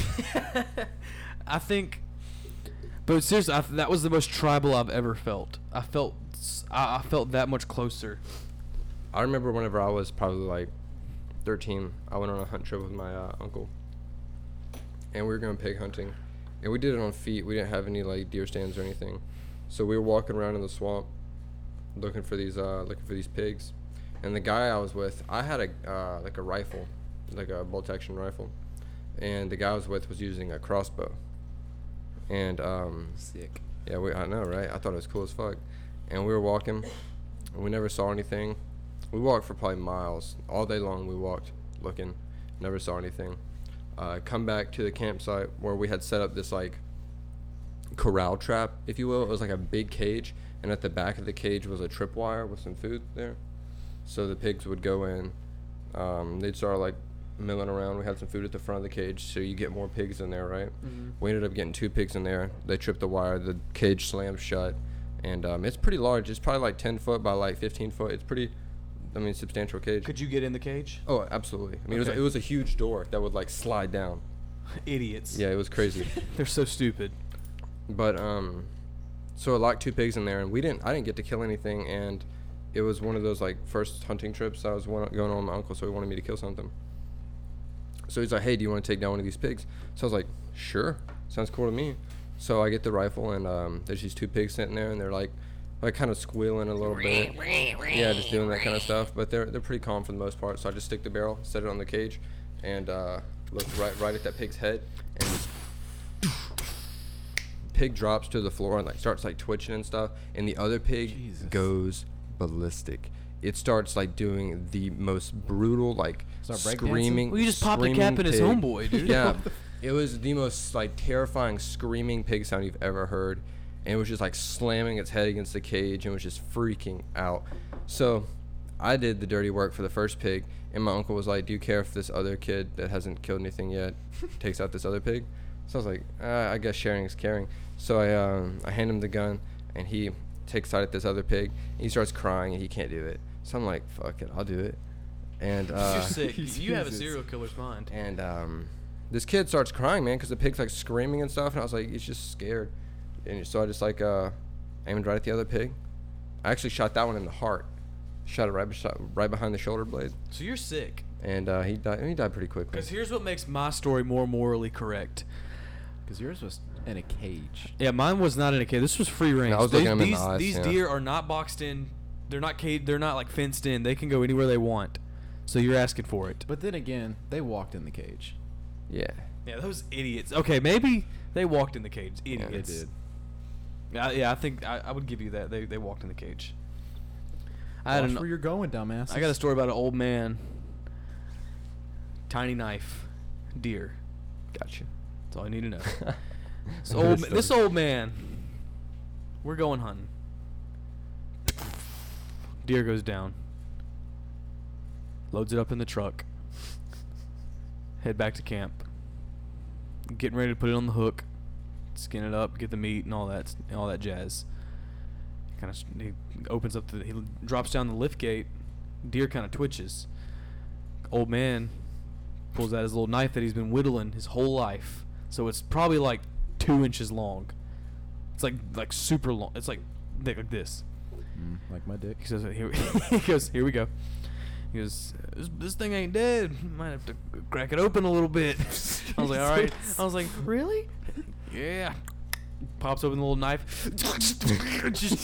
I think. But seriously, I, that was the most tribal I've ever felt. I felt, s- I, I felt that much closer.
I remember whenever I was probably like 13, I went on a hunt trip with my uh, uncle, and we were going pig hunting, and we did it on feet. We didn't have any like deer stands or anything, so we were walking around in the swamp, looking for these uh, looking for these pigs, and the guy I was with, I had a uh, like a rifle, like a bolt action rifle, and the guy I was with was using a crossbow, and um,
Sick.
yeah, we, I know, right? I thought it was cool as fuck. And we were walking, and we never saw anything. We walked for probably miles. All day long, we walked looking, never saw anything. Uh, come back to the campsite where we had set up this, like, corral trap, if you will. It was like a big cage, and at the back of the cage was a tripwire with some food there. So the pigs would go in. Um, they'd start like milling around. We had some food at the front of the cage, so you get more pigs in there, right?
Mm-hmm.
We ended up getting two pigs in there. They tripped the wire. The cage slammed shut, and um, it's pretty large. It's probably like 10 foot by like 15 foot. It's pretty, I mean, substantial cage.
Could you get in the cage?
oh, absolutely. I mean, it was
Okay.
it was a huge door that would like slide down.
Idiots.
Yeah, it was crazy.
They're so stupid.
But um, so I locked two pigs in there, and we didn't. I didn't get to kill anything, and it was one of those like first hunting trips I was one, going on with my uncle, so he wanted me to kill something. So he's like, "Hey, do you want to take down one of these pigs?" So I was like, "Sure, sounds cool to me." So I get the rifle, and um, there's these two pigs sitting there, and they're like, like kind of squealing a little bit. Yeah, just doing that kind of stuff. But they're they're pretty calm for the most part. So I just stick the barrel, set it on the cage, and uh, looked right right at that pig's head, and pig drops to the floor and like starts like twitching and stuff, and the other pig
Jesus.
goes ballistic. It starts like doing the most brutal like
Start breakdancing?
screaming.
Well, you just popped a cap
screaming
in his
pig.
homeboy, dude.
Yeah, it was the most like terrifying screaming pig sound you've ever heard, and it was just like slamming its head against the cage and was just freaking out. So, I did the dirty work for the first pig, and my uncle was like, "Do you care if this other kid that hasn't killed anything yet takes out this other pig?" So I was like, uh, "I guess sharing is caring." So I um, I hand him the gun, and he takes out at this other pig. And he starts crying, and he can't do it. So I'm like, "Fuck it, I'll do it." And uh,
You're sick.
Jesus.
You have a serial killer's mind.
and um, this kid starts crying, man, because the pig's like screaming and stuff. And I was like, he's just scared. And so I just like uh, aimed right at the other pig. I actually shot that one in the heart. Shot it right, bes- right behind the shoulder blade,
So you're sick.
and uh, he died. He died pretty quickly.
Because here's what makes my story more morally correct.
Because yours was in a cage.
Yeah, mine was not in a cage. This was free range.
I was
these
looking 'em in the
these-
eyes,
these
yeah.
deer are not boxed in. They're not cage. They're not like fenced in. They can go anywhere they want. So you're asking for it.
But then again, they walked in the cage.
Yeah,
yeah, those idiots. Okay, maybe they walked in the cage.
they
Idiots.
They did.
Yeah, I, yeah, I think I, I would give you that. They, they walked in the cage. I
Watch
don't know.
where you're going, dumbass.
I got a story about an old man. Tiny knife, deer.
gotcha.
That's all I need to know. this, old, ma- this old man. We're going hunting. Deer goes down. Loads it up in the truck. Head back to camp. Getting ready to put it on the hook. Skin it up, get the meat and all that, and all that jazz. Kind of, he opens up the, he drops down the lift gate. Deer kind of twitches. Old man pulls out his little knife that he's been whittling his whole life. So it's probably like two inches long. It's like like super long. It's like thick like this.
Mm, like my dick.
He says, "Here," he goes, "Here we go." He goes, "This, this thing ain't dead. Might have to crack it open a little bit." I was like, "All right." I was like, "Really?" Yeah. Pops open the little knife, just,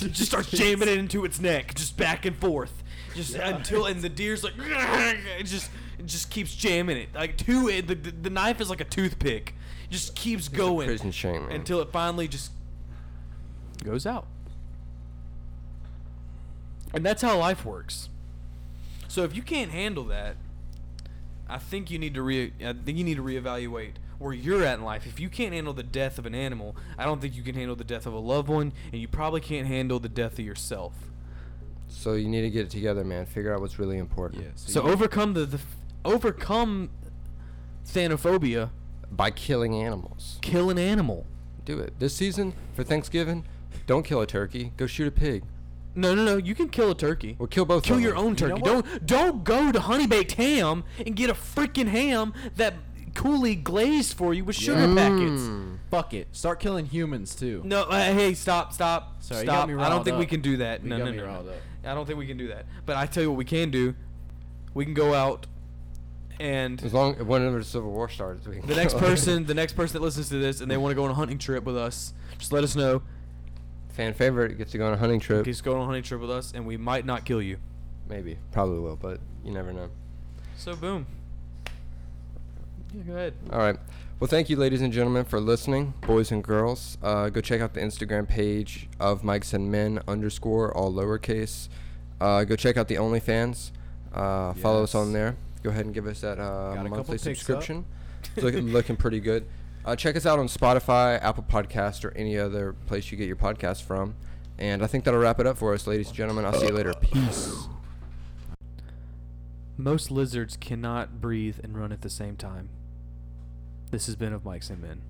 just starts jamming it into its neck, just back and forth, just until and the deer's like, it just it just keeps jamming it like two. The, the, the knife is like a toothpick, just keeps going
Prison shame. Man.
until it finally just goes out. And that's how life works. So if you can't handle that, I think you need to re I think you need to reevaluate where you're at in life. If you can't handle the death of an animal, I don't think you can handle the death of a loved one, and you probably can't handle the death of yourself.
so you need to get it together, man. Figure out what's really important.
Yeah.
So
you-
overcome the, the f- overcome thanophobia,
By killing animals,
kill an animal.
do it this season for Thanksgiving. Don't kill a turkey. Go shoot a pig.
No, no, no. You can kill a turkey.
Or kill both.
Kill
of
your
them.
own
You know
turkey.
what?
don't don't go to honey baked ham and get a freaking ham that coolly glazed for you with sugar packets.
fuck it. Start killing humans too.
No, uh, hey, stop, stop,
Sorry, you got
stop.
me
I don't
riled
think we
up.
can do that.
You
no,
got
no,
me
no,
riled
no.
up.
I don't think we can do that. But I tell you what we can do. We can go out and
As long whenever the Civil War starts, we can
the next
kill-
person, the next person that listens to this and they want to go on a hunting trip with us, just let us know.
fan favorite gets to go on a hunting trip.
Just go on a hunting trip with us and we might not kill you.
Maybe, probably will, but you never know.
So boom. Yeah, go ahead.
All right. Well, thank you, ladies and gentlemen, for listening, boys and girls. Uh, go check out the Instagram page of Mikes and Men underscore all lowercase. Uh, go check out the OnlyFans. Uh, Follow us
Yes.
on there. Go ahead and give us that
Got a
uh,
couple
monthly
pics up.
subscription. It's look, looking pretty good. Uh, check us out on Spotify, Apple Podcast, or any other place you get your podcast from. And I think that'll wrap it up for us, ladies and gentlemen. I'll see you later. Peace.
Most lizards cannot breathe and run at the same time. This has been of Mike's and Men.